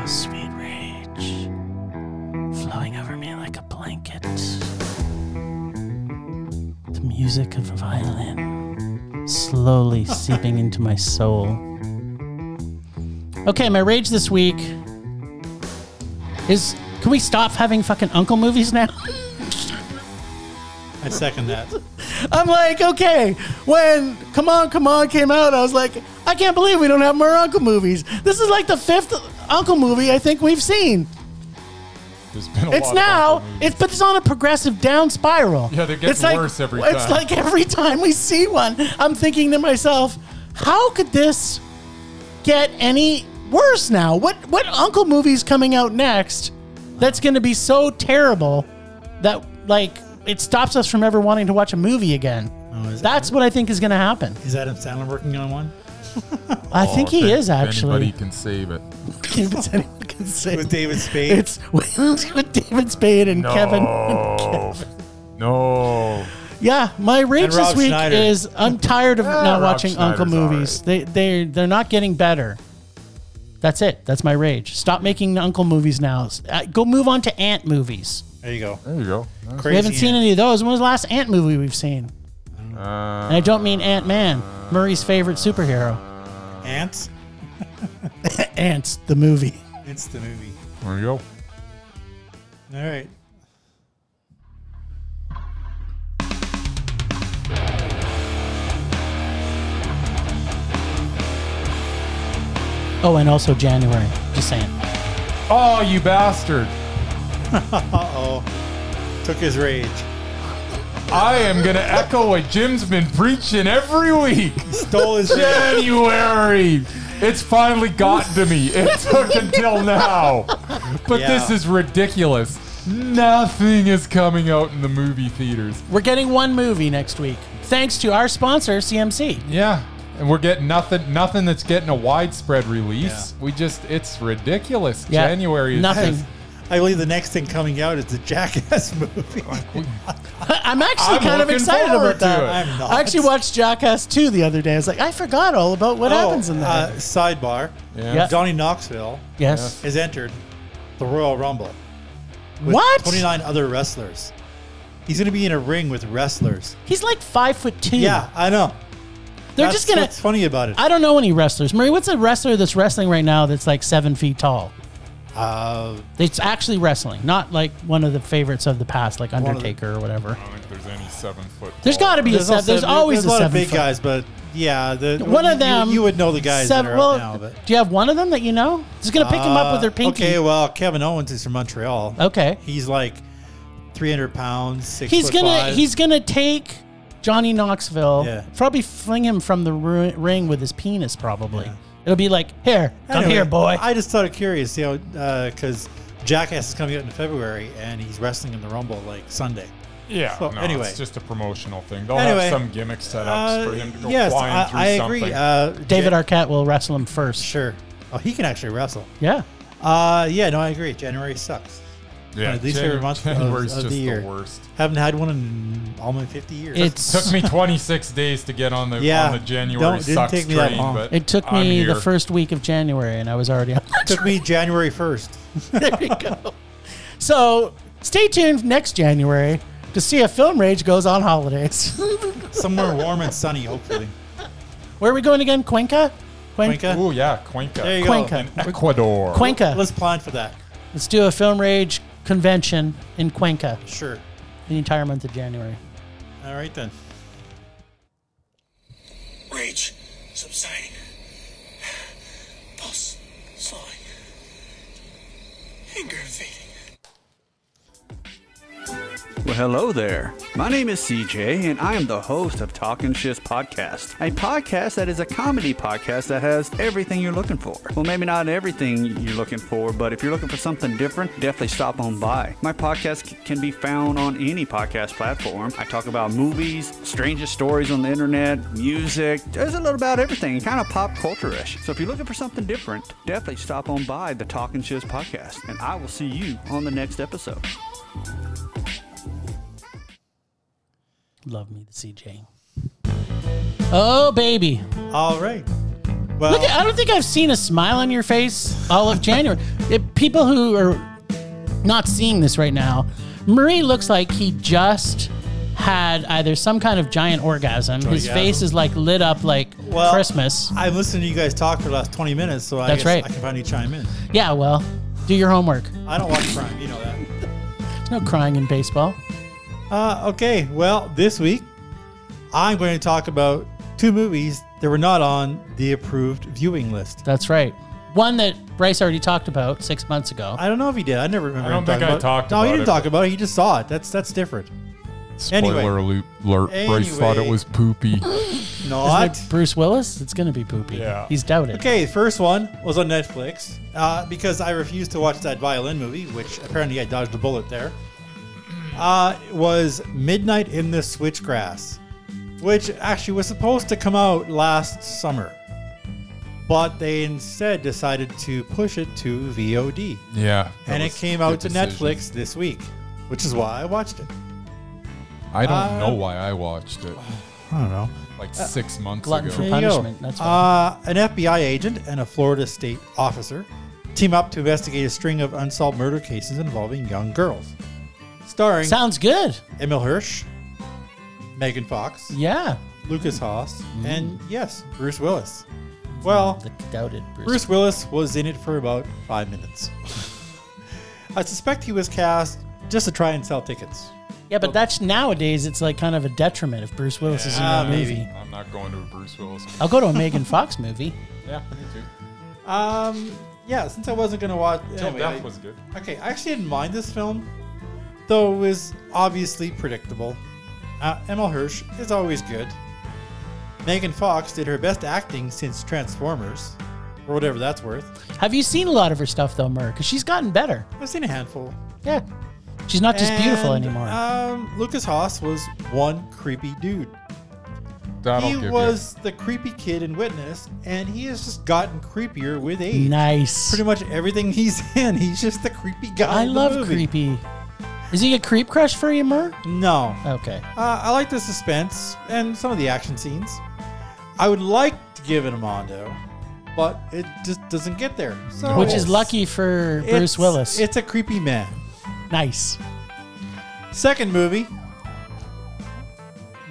Sweet rage. Flowing over me like a blanket. The music of a violin. Slowly seeping into my soul. Okay, my rage this week is. Can we stop having fucking uncle movies now? [LAUGHS] I second that. I'm like, okay, when Come On, Come On came out, I was like, I can't believe we don't have more Uncle movies. This is like the fifth Uncle movie I think we've seen. There's been a It's lot now, Of Mondo movies. it's but it's on a progressive down spiral. Yeah, they're getting It's like- worse every It's time. like every time we see one, I'm thinking to myself, how could this get any worse now? What what Uncle movie's coming out next that's going to be so terrible that like it stops us from ever wanting to watch a movie again? Oh, is, That's what I think is going to happen. is Adam Sandler working on one? I Oh, think if he any- is if actually. Anybody can save it. [LAUGHS] If anyone can say With David Spade. it's [LAUGHS] with, with David Spade and [LAUGHS] Kevin. No. no. Yeah, my rage And Rob this week Schneider. is I'm tired of Ah, not Rob watching Uncle Schneider's all movies. They they they're not getting better. That's it. That's my rage. Stop making Uncle movies now. S- uh, Go move on to Ant movies. there you go. There you go. Nice. Crazy We haven't seen Ant. any of those. When was the last Ant movie we've seen? And I Uh, don't mean Ant Man, Murray's favorite superhero. Ants. Ants, the movie. It's the movie. there you go. All right. Oh, and also January. Just saying. Oh, you bastard. Uh oh. Took his rage. I am going to echo what Jim's been preaching every [LAUGHS] week. Stole his rage. January. It's finally gotten to me. [LAUGHS] It took until now. But Yeah. this is ridiculous. Nothing is coming out in the movie theaters. We're getting one movie next week. Thanks to our sponsor, CMC. Yeah. And we're getting nothing nothing that's getting a widespread release. Yeah. We just it's ridiculous. Yeah. January is Nothing. just- I believe the next thing coming out is the [LAUGHS] Jackass movie. I'm actually I'm kind of looking excited forward about that. to it. I'm not. I actually watched Jackass 2 the other day. I was like, I forgot all about what Oh, happens in that. Uh, sidebar. Yeah. Yeah. Johnny Knoxville yes. has entered the Royal Rumble with What? 29 other wrestlers. He's going to be in a ring with wrestlers. He's like five foot two. Yeah, I know. They're That's just gonna. What's funny about it? I don't know any wrestlers. Marie, what's a wrestler that's wrestling right now that's like seven feet tall? Uh, It's actually wrestling, not like one of the favorites of the past, like of the- Oh, Undertaker or whatever. I don't think there's any seven foot. There's got to be a there's, seven. also- There's always there's a lot of seven big foot. guys, but yeah, the, One you- of them. You, would know the guys that seven- are well, out now, but do you have one of them that you know? Just gonna pick him up with Uh, their pinky. Okay, well, Kevin Owens is from Montreal. Okay. He's like 300 pounds, six he's foot gonna five. he's gonna take Johnny Knoxville. Yeah. Probably fling him from the ru- ring with his penis. Probably. It'll be like, here, come Anyway, here, boy. I just thought it curious, you know, because Jackass is coming out in February and he's wrestling in the Rumble like Sunday. Yeah. So, no, anyway. it's just a promotional thing. They'll Anyway, have some gimmick setups for him to go Uh, yes, flying I, through I something. agree. Uh, David Ja- Arquette will wrestle him first. sure. Oh, he can actually wrestle. Yeah. Uh, yeah, no, I agree. January sucks. yeah, these are January, months of- January's of the just the, year. worst. Haven't had one in almost 50 years. [LAUGHS] It's Took me 26 days to get on the Yeah, on the January don't- didn't sucks take me that train, long. but It took I'm me here. the first week of January, and I was already [LAUGHS] on. took me January 1st. there you go. So stay tuned next January to see if Film Rage goes on holidays. [LAUGHS] Somewhere warm and sunny, hopefully. Where are we going again? Cuenca. Cuen- Cuenca? Ooh yeah, Cuenca. There you Cuenca. go. Ecuador. Cuenca. Let's, Let's plan for that. do a Film Rage convention in Cuenca Sure. the entire month of January. All right then. Rage subsiding. Pulse slowing. Anger fading. Well, hello there. My name is CJ, and I am the host of Talkin' Shits Podcast, a podcast that is a comedy podcast that has everything you're looking for. Well, maybe not everything you're looking for, but if you're looking for something different, definitely stop on by. My podcast c- can be found on any podcast platform. I talk about movies, strangest stories on the internet, music. There's a little about everything, kind of pop culture-ish. So if you're looking for something different, definitely stop on by the Talkin' Shits Podcast, and I will see you on the next episode. Love me the CJ. Oh baby, All right. Well, look! At, I don't think I've seen a smile on your face all of January. [LAUGHS] It- people who are not seeing this right now, Marie looks like he just had either some kind of giant orgasm. His yeah. face is like lit up like well, Christmas. I've listened to you guys talk for the last 20 minutes, so I That's guess right. I can finally chime in. Yeah, well, do your homework. I don't watch crime, you know that. There's no crying in baseball. Uh, okay, well, this week I'm going to talk about two movies that were not on the approved viewing list. That's right. One that Bryce already talked about six months ago. I don't know if he did. I never remember. I don't him think talking I about talked it. No, he about didn't it. talk about it. He just saw it. That's that's different. Anyway. Spoiler alert, alert. Bryce thought it Anyway. was poopy. Not. Like Bruce Willis, it's gonna be poopy. Yeah. He's doubted. Okay, first one was on Netflix uh, because I refused to watch that violin movie, which apparently I dodged a bullet there. Uh, it was Midnight in the Switchgrass, which actually was supposed to come out last summer, but they instead decided to push it to VOD, yeah. that and it was came the out to decision. Netflix this week, which is why I watched it. I don't Uh, know why I watched it I don't know. like six months glutton ago. for There you go. punishment, that's uh, an FBI agent and a Florida state officer team up to investigate a string of unsolved murder cases involving young girls, starring Sounds good. Emil Hirsch, Megan Fox, Yeah. Mm-hmm. Lucas Haas, and yes, Bruce Willis. Well, The doubted Bruce. Bruce Willis was in it for about five minutes. [LAUGHS] I suspect he was cast just to try and sell tickets. Yeah, but that's nowadays it's like kind of a detriment if Bruce Willis is in Ah, a maybe. movie. I'm not going to a Bruce Willis. I'll go to a Megan Fox movie. Yeah, me too. Um, yeah, since I wasn't gonna watch. Till anyway, Death I- was good. Okay, I actually didn't mind this film, though it was obviously predictable. Uh, Emil Hirsch is always good. Megan Fox did her best acting since Transformers, or whatever that's worth. Have you seen a lot of her stuff though, Mer? Because she's gotten better. I've seen a handful. Yeah, she's not just beautiful And, anymore. Um, Lucas Haas was one creepy dude. That'll he give you- was the creepy kid in Witness, and he has just gotten creepier with age. nice. Pretty much everything he's [LAUGHS] in, he's just the creepy guy. I in the love movie. creepy. Is he a creep crush for you, Mer? No, Okay. Uh, I like the suspense and some of the action scenes. I would like to give it a Mondo, but it just doesn't get there. So Which is it's- lucky for Bruce it's- Willis. It's a creepy man. nice. Second movie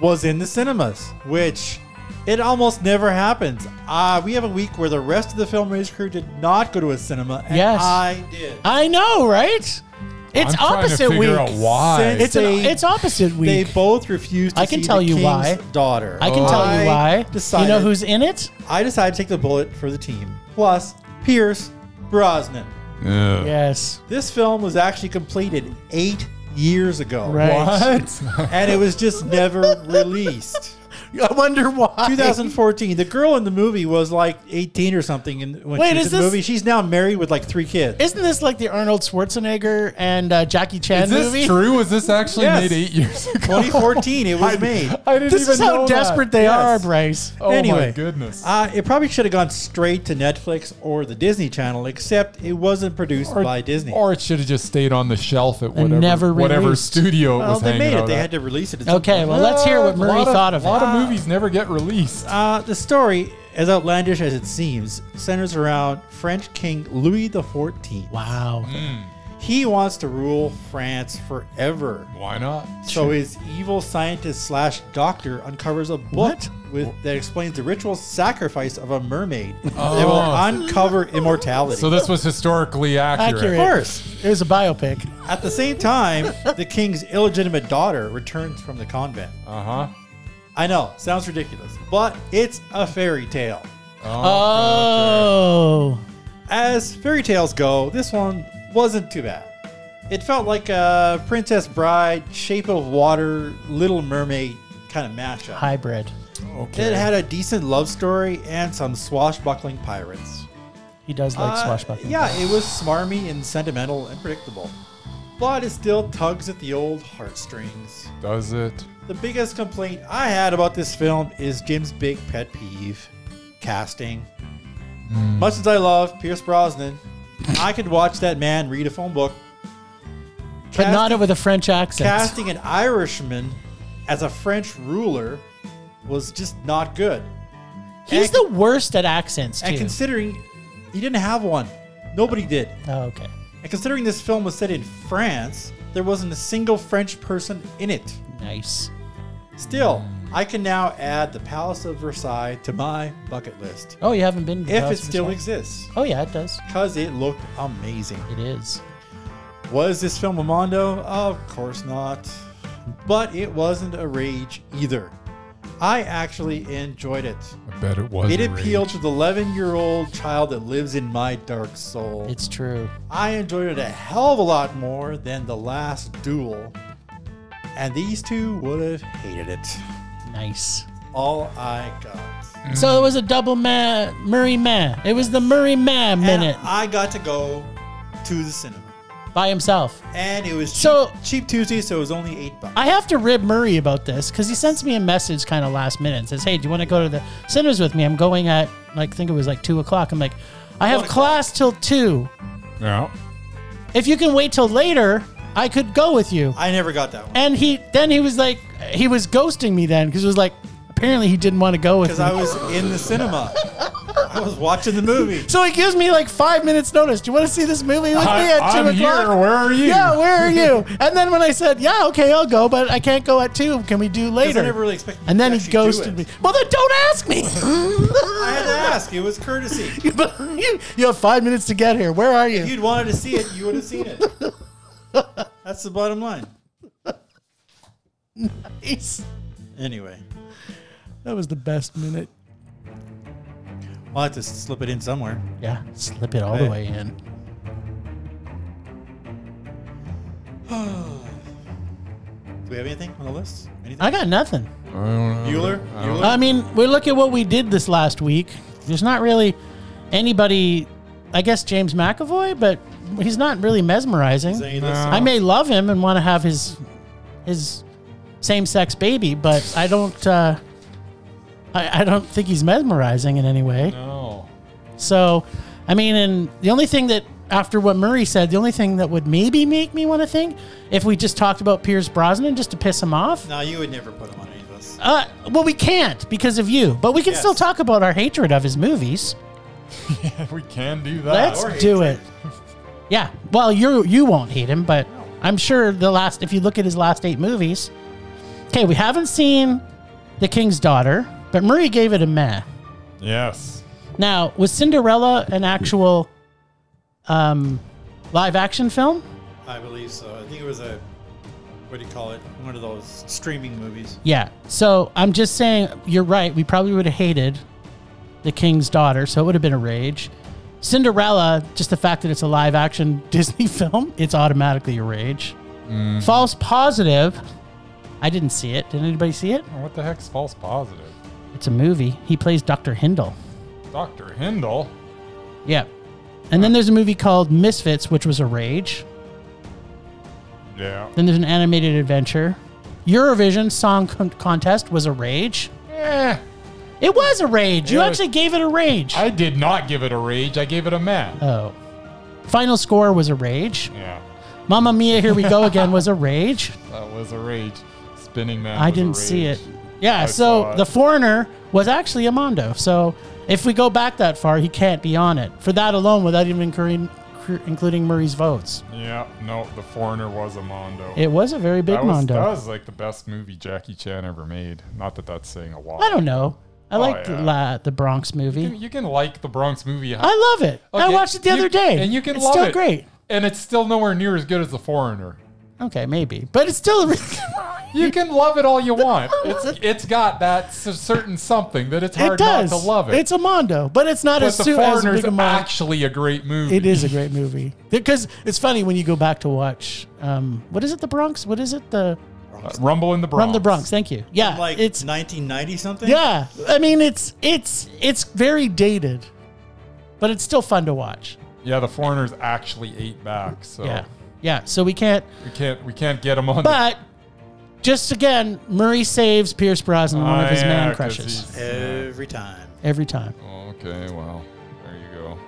was in the cinemas, which it almost never happens. Uh, we have a week where the rest of the film race crew did not go to a cinema, and Yes. I did. I know, right? It's I'm trying opposite to figure week. Out why? Since- It's an, They- it's opposite They week. both refused to I can see tell the you King's why. daughter. I can tell you why. Decided, You know who's in it? I decided to take the bullet for the team. Plus, Pierce Brosnan. Ugh. Yes. This film was actually completed eight years ago. Right. [LAUGHS] And it was just never released. [LAUGHS] I wonder why. 2014. The girl in the movie was like 18 or something. And when Wait, she was is in the this- movie, she's now married with like three kids. Isn't this like the Arnold Schwarzenegger and uh, Jackie Chan Is this movie? true? Was this actually Yes. made eight [LAUGHS] years ago? 2014, it was made. [LAUGHS] I didn't This even is how know desperate that. they Yes. are, Bryce. Oh my Anyway. goodness. Uh, it probably should have gone straight to Netflix or the Disney Channel, except it wasn't produced by Disney. Or it should have just stayed on the shelf at whatever never whatever released. studio it well, was they hanging made out it. They at. had to release it. at some Okay, point. well, let's hear what A Murray lot thought of A lot it. Ah. of movies never get released. Uh, the story, as outlandish as it seems, centers around French King Louis XIV. Wow. He wants to rule France forever. Why not? So his evil scientist slash doctor uncovers a book with that explains the ritual sacrifice of a mermaid that will uncover immortality. So this was historically accurate. Accurate. of course. It was a biopic. At the same time, the king's illegitimate daughter returns from the convent. Uh huh. I know, sounds ridiculous, but it's a fairy tale. Uh, Oh. As fairy tales go, this one wasn't too bad. It felt like a Princess Bride, Shape of Water, Little Mermaid kind of mashup. Hybrid. It had a decent love story and some swashbuckling pirates. He does like Uh, swashbuckling. Yeah, it was smarmy and sentimental and predictable. But it still tugs at the old heartstrings. Does it? The biggest complaint I had about this film is Jim's big pet peeve casting. Hmm. Much as I love Pierce Brosnan, I could watch that man read a phone book. But not Casting- with a French accent. casting an Irishman as a French ruler was just not good. He's and- the worst at accents, too. And considering he didn't have one, nobody did. oh, okay. And considering this film was set in France, there wasn't a single French person in it. Nice. Still, I can now add the Palace of Versailles to my bucket list Oh, you haven't been to the if it Palace of still Versailles? exists Oh, yeah, it does. because it looked amazing. It is. Was this film a Mondo? Of course not. But it wasn't a rage either. I actually enjoyed it. I bet it was. It a rage. appealed to the 11 year old child that lives in my dark soul. It's true. I enjoyed it a hell of a lot more than The Last Duel, and these two would have hated it. Nice. All I got. So it was a double man, Murray man. It was the Murray man minute And I got to go to the cinema. by himself. And it was cheap, So- cheap Tuesday, so it was only eight bucks. I have to rib Murray about this because he sends me a message kind of last minute and says, Hey, do you want to go to the cinemas with me? I'm going at, like, I think it was like two o'clock. I'm like, I have One o'clock. class till two. Yeah. If you can wait till later, I could go with you. I never got that one And he then he was like, he was ghosting me then because it was like, apparently he didn't want to go with because me. I was in the cinema. I was watching the movie. so he gives me like five minutes notice. Do you want to see this movie with me at I, 2 am o'clock? here. Where are you? Yeah, where are you? And then when I said, yeah, okay, I'll go, but I can't go at two. Can we do Because I later? never really expected. and you then to he actually do ghosted it. me. Well, then don't ask me. [LAUGHS] I had to [LAUGHS] ask. It was courtesy. you, you have five minutes to get here. Where are If you? you'd wanted to see it, you would have seen it. That's the bottom line. Jeez. Anyway. That was the best minute. I'll have to slip it in somewhere. Yeah, slip it all Hey. the way in. Do we have anything on the list? Anything? I got nothing. Bueller? Bueller? I mean, we look at what we did this last week. There's not really anybody. I guess James McAvoy, but he's not really mesmerizing. Is there any of this? No. I may love him and want to have his his same sex baby, but I don't. Uh, I, I don't think he's mesmerizing in any way. No. So, I mean, and the only thing that after what Murray said, the only thing that would maybe make me want to think if we just talked about Pierce Brosnan just to piss him off. No, you would never put him on any of this. Uh, well, we can't because of you, but we can Yes. still talk about our hatred of his movies. [LAUGHS] we can do that. Let's Our do Uh, hatred. it. Yeah. Well, you you won't hate him, but I'm sure the last if you look at his last eight movies. Okay, we haven't seen The King's Daughter, but Murray gave it a meh. Yes. Now, was Cinderella an actual um, live action film? I believe so. I think it was a, what do you call it? One of those streaming movies. Yeah. So I'm just saying, you're right. We probably would have hated the King's Daughter, so it would have been a rage. Cinderella, just the fact that it's a live action [LAUGHS] Disney film, it's automatically a rage. False positive. I didn't see it. Did anybody see it? Oh, What the heck's false positive? It's a movie. He plays Dr. Hindle. Dr. Hindle? Yeah. And then there's a movie called Misfits, which was a rage. Yeah. Then there's an animated adventure. Eurovision Song con- Contest was a rage. Eh, It was a rage. You Yeah. actually gave it a rage. I did not give it a rage. I gave it a man. Oh. Final score was a rage. Yeah. Mamma Mia, here we go again was [LAUGHS] a rage. That was a rage. Spinning man. I was a didn't see rage. it. Yeah, I saw so it. the foreigner was actually a Mondo. So if we go back that far, he can't be on it for that alone without even including, including Murray's votes. Yeah. No, the foreigner was a mondo. It was a very big that was, Mondo. That was like the best movie Jackie Chan ever made. Not that that's saying a lot. I don't know. I Oh, like yeah. the, la, the Bronx You, movie. you can like the Bronx movie. I love it. I Okay, watched it the you- other day. and you can it's love still it. great. and it's still nowhere near as good as the foreigner. Okay, maybe, but it's still a really good movie. You can love it all you [LAUGHS] want. It's it's got that s- certain something that it's hard it does. not to love it. It's a Mondo, but it's not but as, the su- as foreigner's big a Mondo. actually a great movie. It is a great movie because it's funny when you go back to watch. Um, what is it? The Bronx? What is it? The Uh, Rumble in the Bronx. From the Bronx? Thank you. Yeah, Like Uh, it's 1990 something? yeah. I mean, it's it's it's very dated, but it's still fun to watch. Yeah, the foreigners actually ate back, so Yeah, yeah. So we can't. we can't we can't get them on. the- But just again, Murray saves Pierce Brosnan, one Oh, of his yeah, man 'cause crushes he's- Every time. every time. Okay, well, there you go.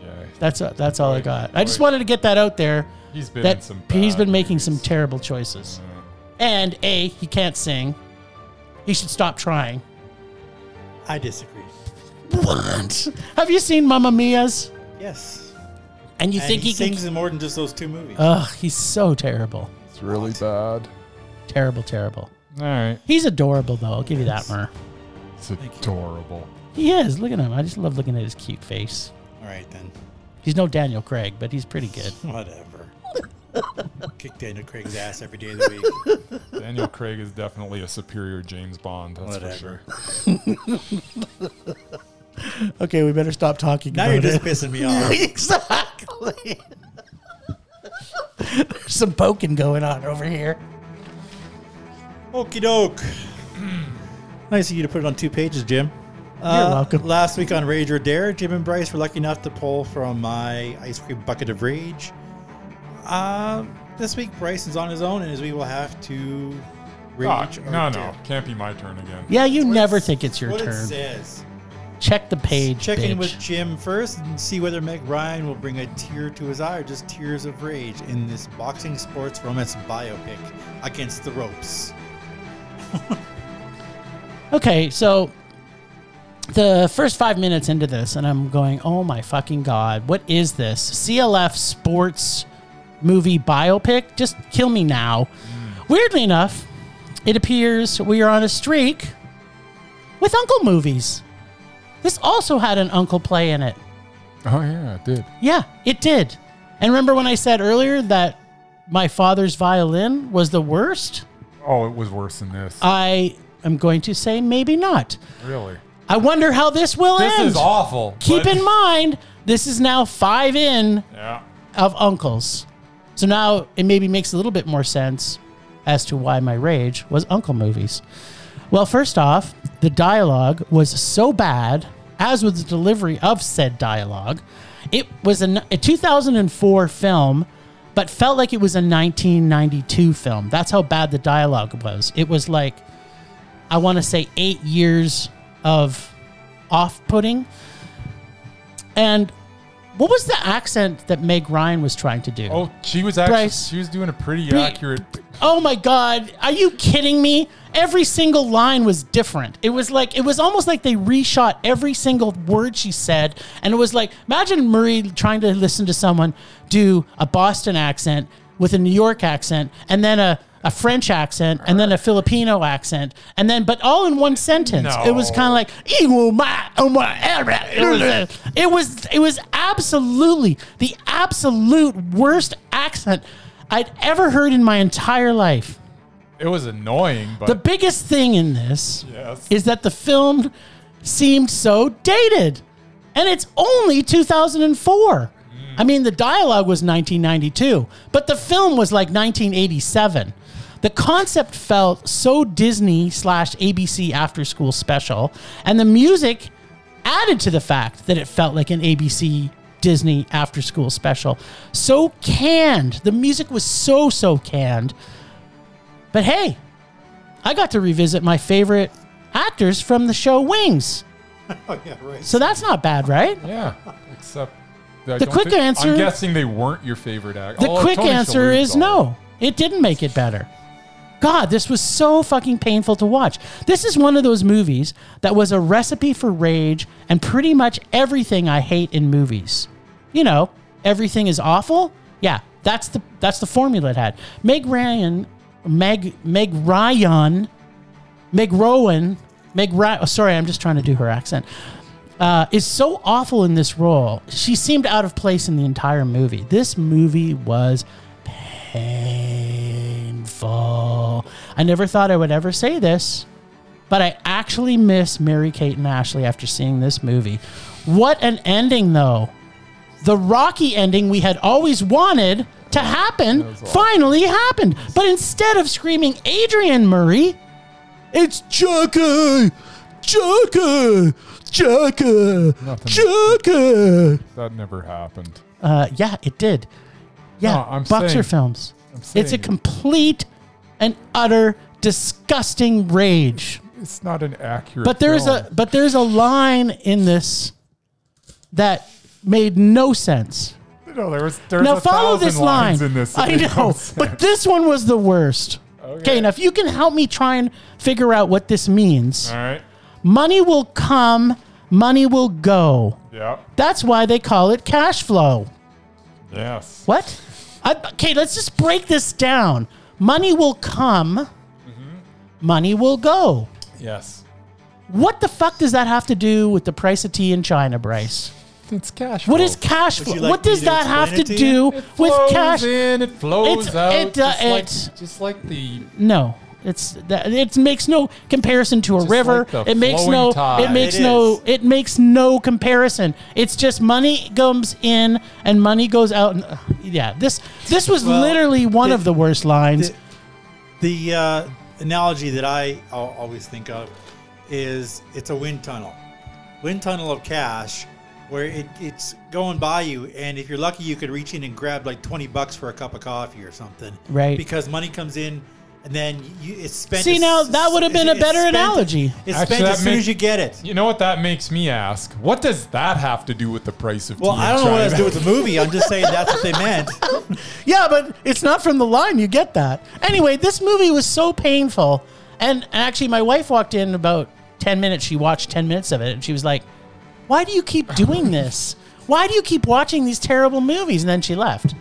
Yeah, That's uh, that's all I Right, got. I just right. wanted to get that out there. he's been in That some. he's bad been making movies. some terrible choices. And A, he can't sing. He should stop trying. I disagree. What? Have you seen Mamma Mia's? Yes. And you And think he, sings can? Uh. in more than just those two movies. Ugh, he's so terrible, It's really bad. terrible, terrible. All right, He's adorable though. I'll give you that, Mer. it's adorable. He is. Look at him. I just love looking at his cute face. All right, then. He's no Daniel Craig, but he's pretty good. [LAUGHS] Whatever. Kick Daniel Craig's ass every day of the [LAUGHS] week. Daniel Craig is definitely a superior James Bond. That's Whatever. for sure. Okay, we better stop talking Now you're just pissing me off. exactly. [LAUGHS] There's some poking going on over here. Okie doke. [CLEARS THROAT] nice of you to put it on two pages, Jim. You're welcome. Last week on Rage or Dare, Jim and Bryce were lucky enough to pull from my ice cream bucket of rage. Uh, this week, Bryce is on his own, and as we will have to Fuck, rage. or Ah, no, dare. no, can't be my turn again. Yeah, you never it's- think it's your What it turn. says. Check the page, Check in bitch. with Jim first and see whether Meg Ryan will bring a tear to his eye or just tears of rage in this boxing sports romance biopic against the ropes. [LAUGHS] Okay, so the first five minutes into this, and I'm going, oh my fucking god, what is this? CLF sports movie biopic? Just kill me now. Hmm. Weirdly enough, it appears we are on a streak with Uncle movies. This also had an Uncle play in it. Oh yeah, it did. Yeah, it did. And remember when I said earlier that my father's violin was the worst? Uh, Oh, it was worse than this. I am going to say maybe not. really? I wonder how this will This end. is awful. Keep but- in mind, this is now five in Yeah. of uncles. So now it maybe makes a little bit more sense as to why my rage was uncle movies. Well, first off, the dialogue was so bad, as was the delivery of said dialogue. It was an, a 2004 film, but felt like it was a 1992 film. That's how bad the dialogue was. It was like, I want to say, eight years of off putting. And what was the accent that Meg Ryan was trying to do? Oh, she was actually Bryce. she was doing a pretty Pre- accurate. Oh my God. Are you kidding me? Every single line was different. It was like, it was almost like they reshot every single word she said. And it was like, imagine Murray trying to listen to someone do a Boston accent with a New York accent and then a, a French accent and then a Filipino accent. And then, but all in one sentence. It was No. kind of like, "Ew, my, oh my, eh, eh, eh." it was, it was absolutely the absolute worst accent I'd ever heard in my entire life. It was annoying, but The biggest thing in this Yes. is that the film seemed so dated. And it's only 2004. I mean, the dialogue was 1992, but the film was like 1987. The concept felt so Disney slash ABC after school special, and the music added to the fact that it felt like an ABC Disney after school special. So canned. The music was so, so canned. But hey, I got to revisit my favorite actors from the show Wings. Oh, yeah, right. So that's not bad, right? yeah. Except I The don't quick thi- answer- I'm guessing they weren't your favorite Oh, actor. The quick answer is no. It didn't make it better. God, this was so fucking painful to watch. This is one of those movies that was a recipe for rage and pretty much everything I hate in movies. You know, everything is awful. Yeah, that's the that's the formula it had. Meg Ryan, Meg Meg Ryan, Meg Rowan, Meg Ryan. Oh, sorry, I'm just trying to do her accent. uh, is so awful in this role. She seemed out of place in the entire movie. This movie was painful. I never thought I would ever say this, but I actually miss Mary Kate and Ashley after seeing this movie. What an ending, though. The Rocky ending we had always wanted to happen finally happened. But instead of screaming, Adrian Murray, it's Joker! Joker! Joker! Nothing. Joker! That never happened. Uh, yeah, it did. Yeah, No, I'm boxer saying- films. It's a saying- complete and utter disgusting rage. It's not an accurate. But there's film. a but there's a line in this that made no sense. no. There was there's now a follow thousand this line. lines in this. that I made no know, sense. but this one was the worst. Okay. now if you can help me try and figure out what this [LAUGHS] means, All right. money will come, money will go. Yeah. That's why they call it cash flow. Yes. What? I, okay, let's just break this down. Money will come, Mm-hmm. money will go. Yes. What the fuck does that have to do with the price of tea in China, Bryce? It's cash. What is cash Would you flow? like what me does to that have to explain it to you? do with cash? in, it flows It's- out. it, uh, just, like, it- just like the No. It's that it makes no comparison to a Just river. like the it makes flowing no tide. it makes It no is. it makes no comparison. It's just money comes in and money goes out and ugh, yeah, this this was Well, literally one the- of the worst lines. the, the uh, analogy that I al- always think of is it's a wind tunnel, wind tunnel of cash, where it, it's going by you, and if you're lucky, you could reach in and grab like twenty bucks for a cup of coffee or something, Right. Because money comes in. And then you, it's spent. See, as- now that would have been a it's better spent- analogy. It's Actually, spent that as soon make- as you get it. You know what that makes me ask? What does that have to do with the price of Well, tea? I in don't know what it has to do China? with the movie. I'm just saying [LAUGHS] that's what they meant. Yeah, but it's not from the line. You get that. Anyway, this movie was so painful. And actually, my wife walked in about 10 minutes. She watched 10 minutes of it and she was like, Why do you [LAUGHS] keep doing this? Why do you keep watching these terrible movies? And then she left.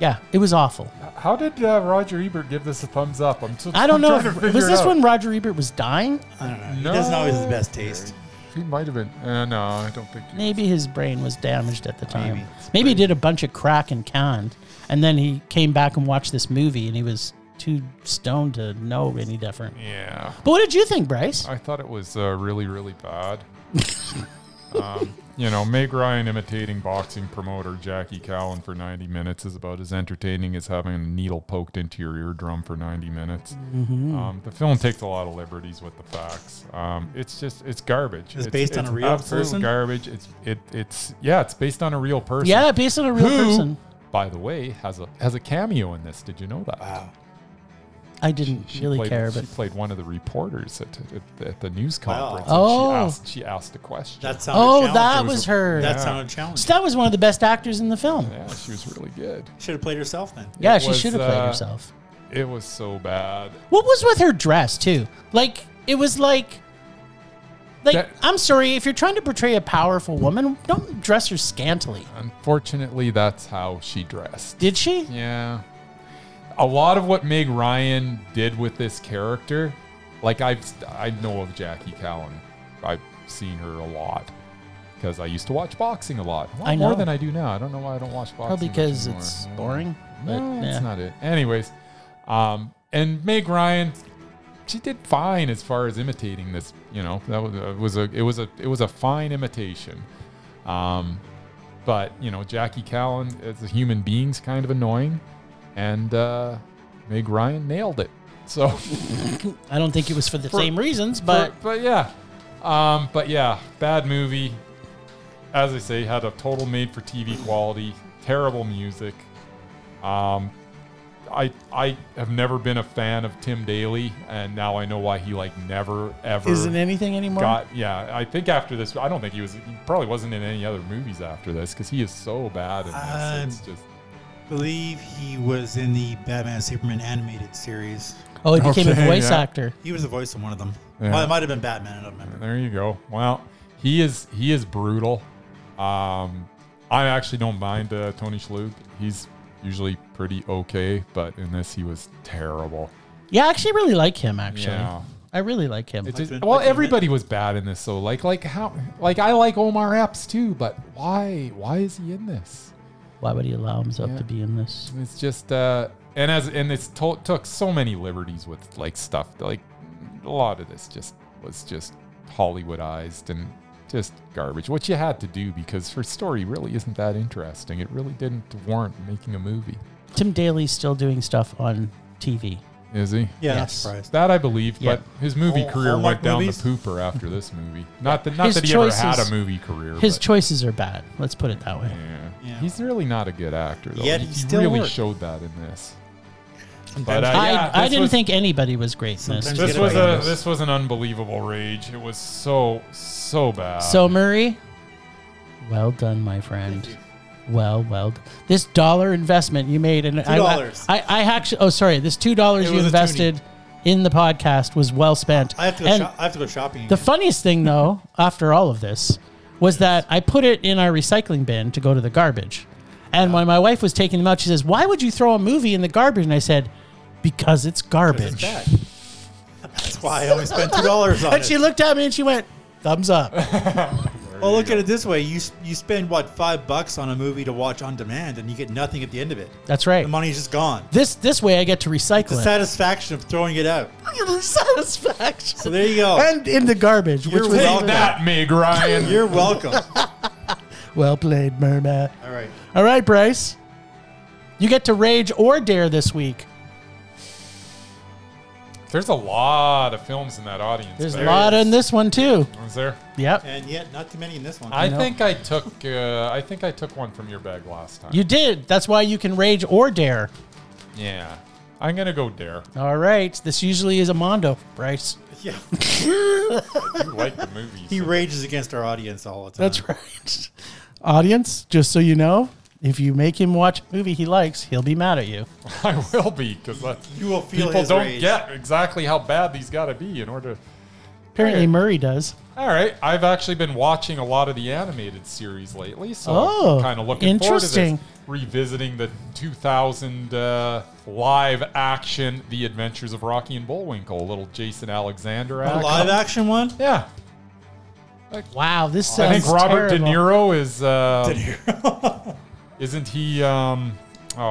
Yeah, it was awful. Yeah. How did uh, Roger Ebert give this a thumbs up? I'm just, I don't I'm know. trying If, to figure was it this out. when Roger Ebert was dying? I don't know. No. He doesn't always have the best taste. He might have been. Uh, no, I don't think. He Maybe his brain was damaged at the time. Maybe, Maybe. he did a bunch of crack and con, and then he came back and watched this movie, and he was too stoned to know any different. Yeah. But what did you think, Bryce? I thought it was uh, really, really bad. [LAUGHS] um, you know, Meg Ryan imitating boxing promoter Jackie Cowan for 90 minutes is about as entertaining as having a needle poked into your eardrum for 90 minutes. Mm-hmm. Um, the film takes a lot of liberties with the facts. Um, it's just, it's garbage. It's based on a real absolute person? Garbage. It's, it, it's, yeah, it's based on a real person. Yeah, based on a real Who, person. By the way, has a has a cameo in this. Did you know that? I didn't really played, care, she but played one of the reporters at, at, at the news conference. Oh. and she asked, she asked a question. That sounded oh, challenging. that It was was a- her. Yeah. that sounded challenging. So that was one of the best actors in the film. yeah, she was really good. Should have played herself then. Yeah, It she was, should have played uh, herself. It was so bad. What was with her dress too? Like it was like, like That- I'm sorry if you're trying to portray a powerful woman, don't dress her scantily. Unfortunately, that's how she dressed. Did she? Yeah. A lot of what Meg Ryan did with this character, like I've I know of Jackie Cowan. I've seen her a lot because I used to watch boxing a lot. A lot I more know. than I do now. I don't know why I don't watch boxing. Probably much because anymore. it's Yeah. boring. But Yeah. That's not it. Anyways, um, and Meg Ryan, she did fine as far as imitating this. You know, that was, uh, was a it was a it was a fine imitation. Um, but you know, Jackie Callan as a human being's kind of annoying, and uh, Meg Ryan nailed it. So, I don't think it was for the same reasons, but but, yeah, um, but yeah, bad movie. As I say, had a total made-for-TV quality, terrible music. Um, I I have never been a fan of Tim Daly, and now I know why he like never ever isn't anything anymore. got. Yeah, I think after this, I don't think he was. He probably wasn't in any other movies after this because he is so bad in this. Um, it's just believe he was in the Batman Superman animated series. Oh, he became Okay, a voice yeah. actor. He was the voice in one of them. Yeah. Well, it might have been Batman. I don't remember. There you go. Well, he is he is brutal. Um, I actually don't mind uh, Tony Shalhoub. He's usually pretty okay, but in this he was terrible. Yeah, I actually really like him. Actually, Yeah. I really like him. It just- been- well, I've been- everybody was bad in this. So like like how like I like Omar Epps too, but why why is he in this? Why would he allow himself Yeah. to be in this? It's just uh, and as and it's to- took so many liberties with like stuff like a lot of this just was just Hollywoodized and just garbage. What you had to do because her story really isn't that interesting. It really didn't warrant making a movie. Tim Daly's still doing stuff on TV. Is he? Yeah, not Yes. surprised. That I believe, Yeah. but his movie Hol- career Hallmark went down movies? the pooper after [LAUGHS] this movie. Not that not His that he ever had choices- a movie career. His but, choices are bad. Let's put it that way. yeah. Yeah. He's really not a good actor though. Yet he, he still really worked. showed that in this. Sometimes- But, uh, yeah, I, I this didn't was- think anybody was great in this. Sometimes to This be get was quite a honest. this was an unbelievable rage. It was so so bad. So Murray, well done, my friend. Well, well, d- this dollar investment you made, and I, $2. I, I actually, oh sorry, this two dollars It you was a invested in the podcast was well spent. I have to go. and sho- I have to go shopping. the again. funniest thing though, after all of this, was that I put it in our recycling bin to go to the garbage, and when my wife was taking them out, she says, "Why would you throw a movie in the garbage?" And I said, "Because it's It's garbage." bad. That's why I only spent two dollars [LAUGHS] on And it. she looked at me and she went, "Thumbs up." well, look at it this way: you s- you spend what five bucks on a movie to watch on demand, and you get nothing at the end of it. That's right. The money's just gone. This this way I get to The recycle it. satisfaction of throwing it out. [LAUGHS] satisfaction. So there you go. And in the garbage, You're which was Take welcome. that, Meg Ryan. You're welcome. [LAUGHS] All [LAUGHS] well played, Merma. right. All right, Bryce, you get to rage or dare this week. [LAUGHS] There's a lot of films in that audience. There's a there. lot it is. in this one too. Is there? Yep, And yet, not too many in this one. I No. think I took uh, I think I took one from your bag last time. you did. That's why you can rage or dare. yeah. I'm gonna go dare. All right, this usually is a mondo, Bryce. [LAUGHS] yeah. You like the [LAUGHS] movies. [LAUGHS] He rages against our audience all the time. That's right. Audience, just so you know, if you make him watch a movie he likes, he'll be mad at you. [LAUGHS] I will be because You will feel people his don't rage. get exactly how bad these got to be in order. Apparently, Right. Murray does. All right, I've actually been watching a lot of the animated series lately, so Oh, kind of looking interesting. forward to this. Revisiting the 2000 uh, live action The Adventures of Rocky and Bullwinkle, a little Jason Alexander A act. live action one? Yeah, Wow, this sounds. I think Robert terrible. De Niro is uh, De Niro. [LAUGHS] isn't he? Um, oh, uh,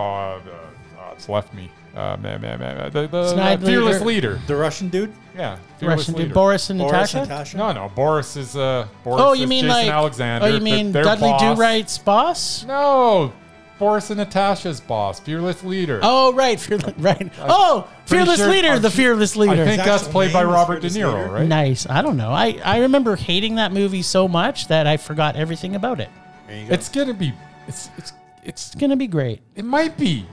uh, it's left me. uh, man, man, man, man, the, the, Snide the fearless leader. The Russian dude? Yeah, fearless Russian leader. dude, Boris and Boris Natasha. and Tasha? No, no, Boris is uh, Boris Oh, is you mean Jason like Alexander. Oh, you th- mean their Dudley boss. Do Right's boss? No, Boris and Natasha's boss, fearless leader. Oh, right, fearless, right. oh, fearless sure- leader, aren't the you- fearless leader. I think His that's actual played by name is Robert De Fearless Niro, Leader? right? nice. I don't know. I I remember hating that movie so much that I forgot everything about it. There you go. It's gonna be. It's it's it's. It's gonna be great. It might be.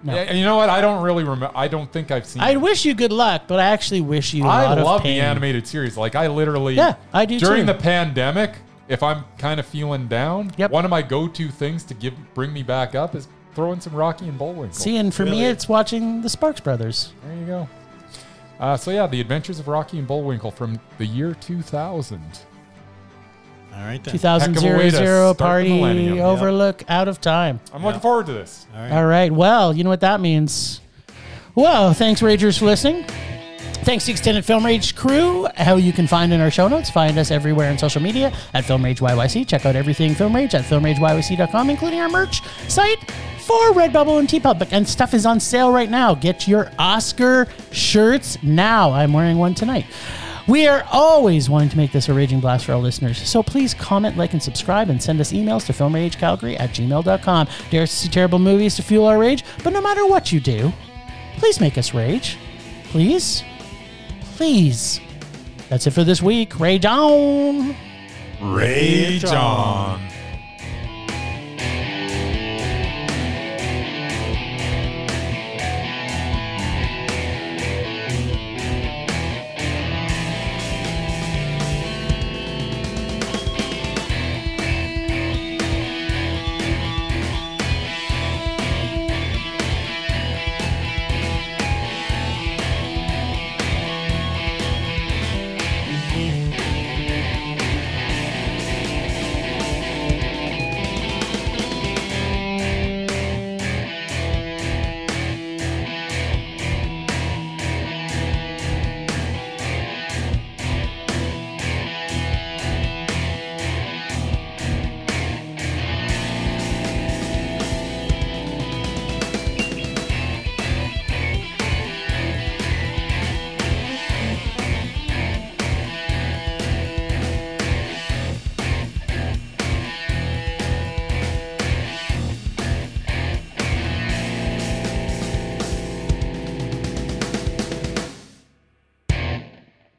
No. Yeah, you know what? I don't really remember. I don't think I've seen. I it. wish you good luck, but I actually wish you a I lot love of pain. the animated series. Like I literally. Yeah, I do During too. the pandemic, if I'm kind of feeling down, Yep. one of my go-to things to give bring me back up is throwing some Rocky and Bullwinkle. See, and for me, Really? it's watching the Sparks Brothers. There you go. Uh, so yeah, the Adventures of Rocky and Bullwinkle from the year 2000. All right, then. 2000 Heck of a way to start the millennium. party Yep. overlook out of time. I'm looking forward to this. All right. All right. Well, you know what that means. Well, thanks, Ragers, for listening. Thanks to Extended Film Rage crew, how you can find in our show notes. Find us everywhere on social media at Film Rage YYC. Check out everything Film Rage at filmrageyyc.com, including our merch site for Redbubble and TeePublic. And stuff is on sale right now. Get your Oscar shirts now. I'm wearing one tonight. We are always wanting to make this a raging blast for our listeners, so please comment, like, and subscribe, and send us emails to filmragecalgary at gmail.com. Dare us to see terrible movies to fuel our rage, but no matter what you do, please make us rage. Please? Please. That's it for this week. Rage on! Rage on. on.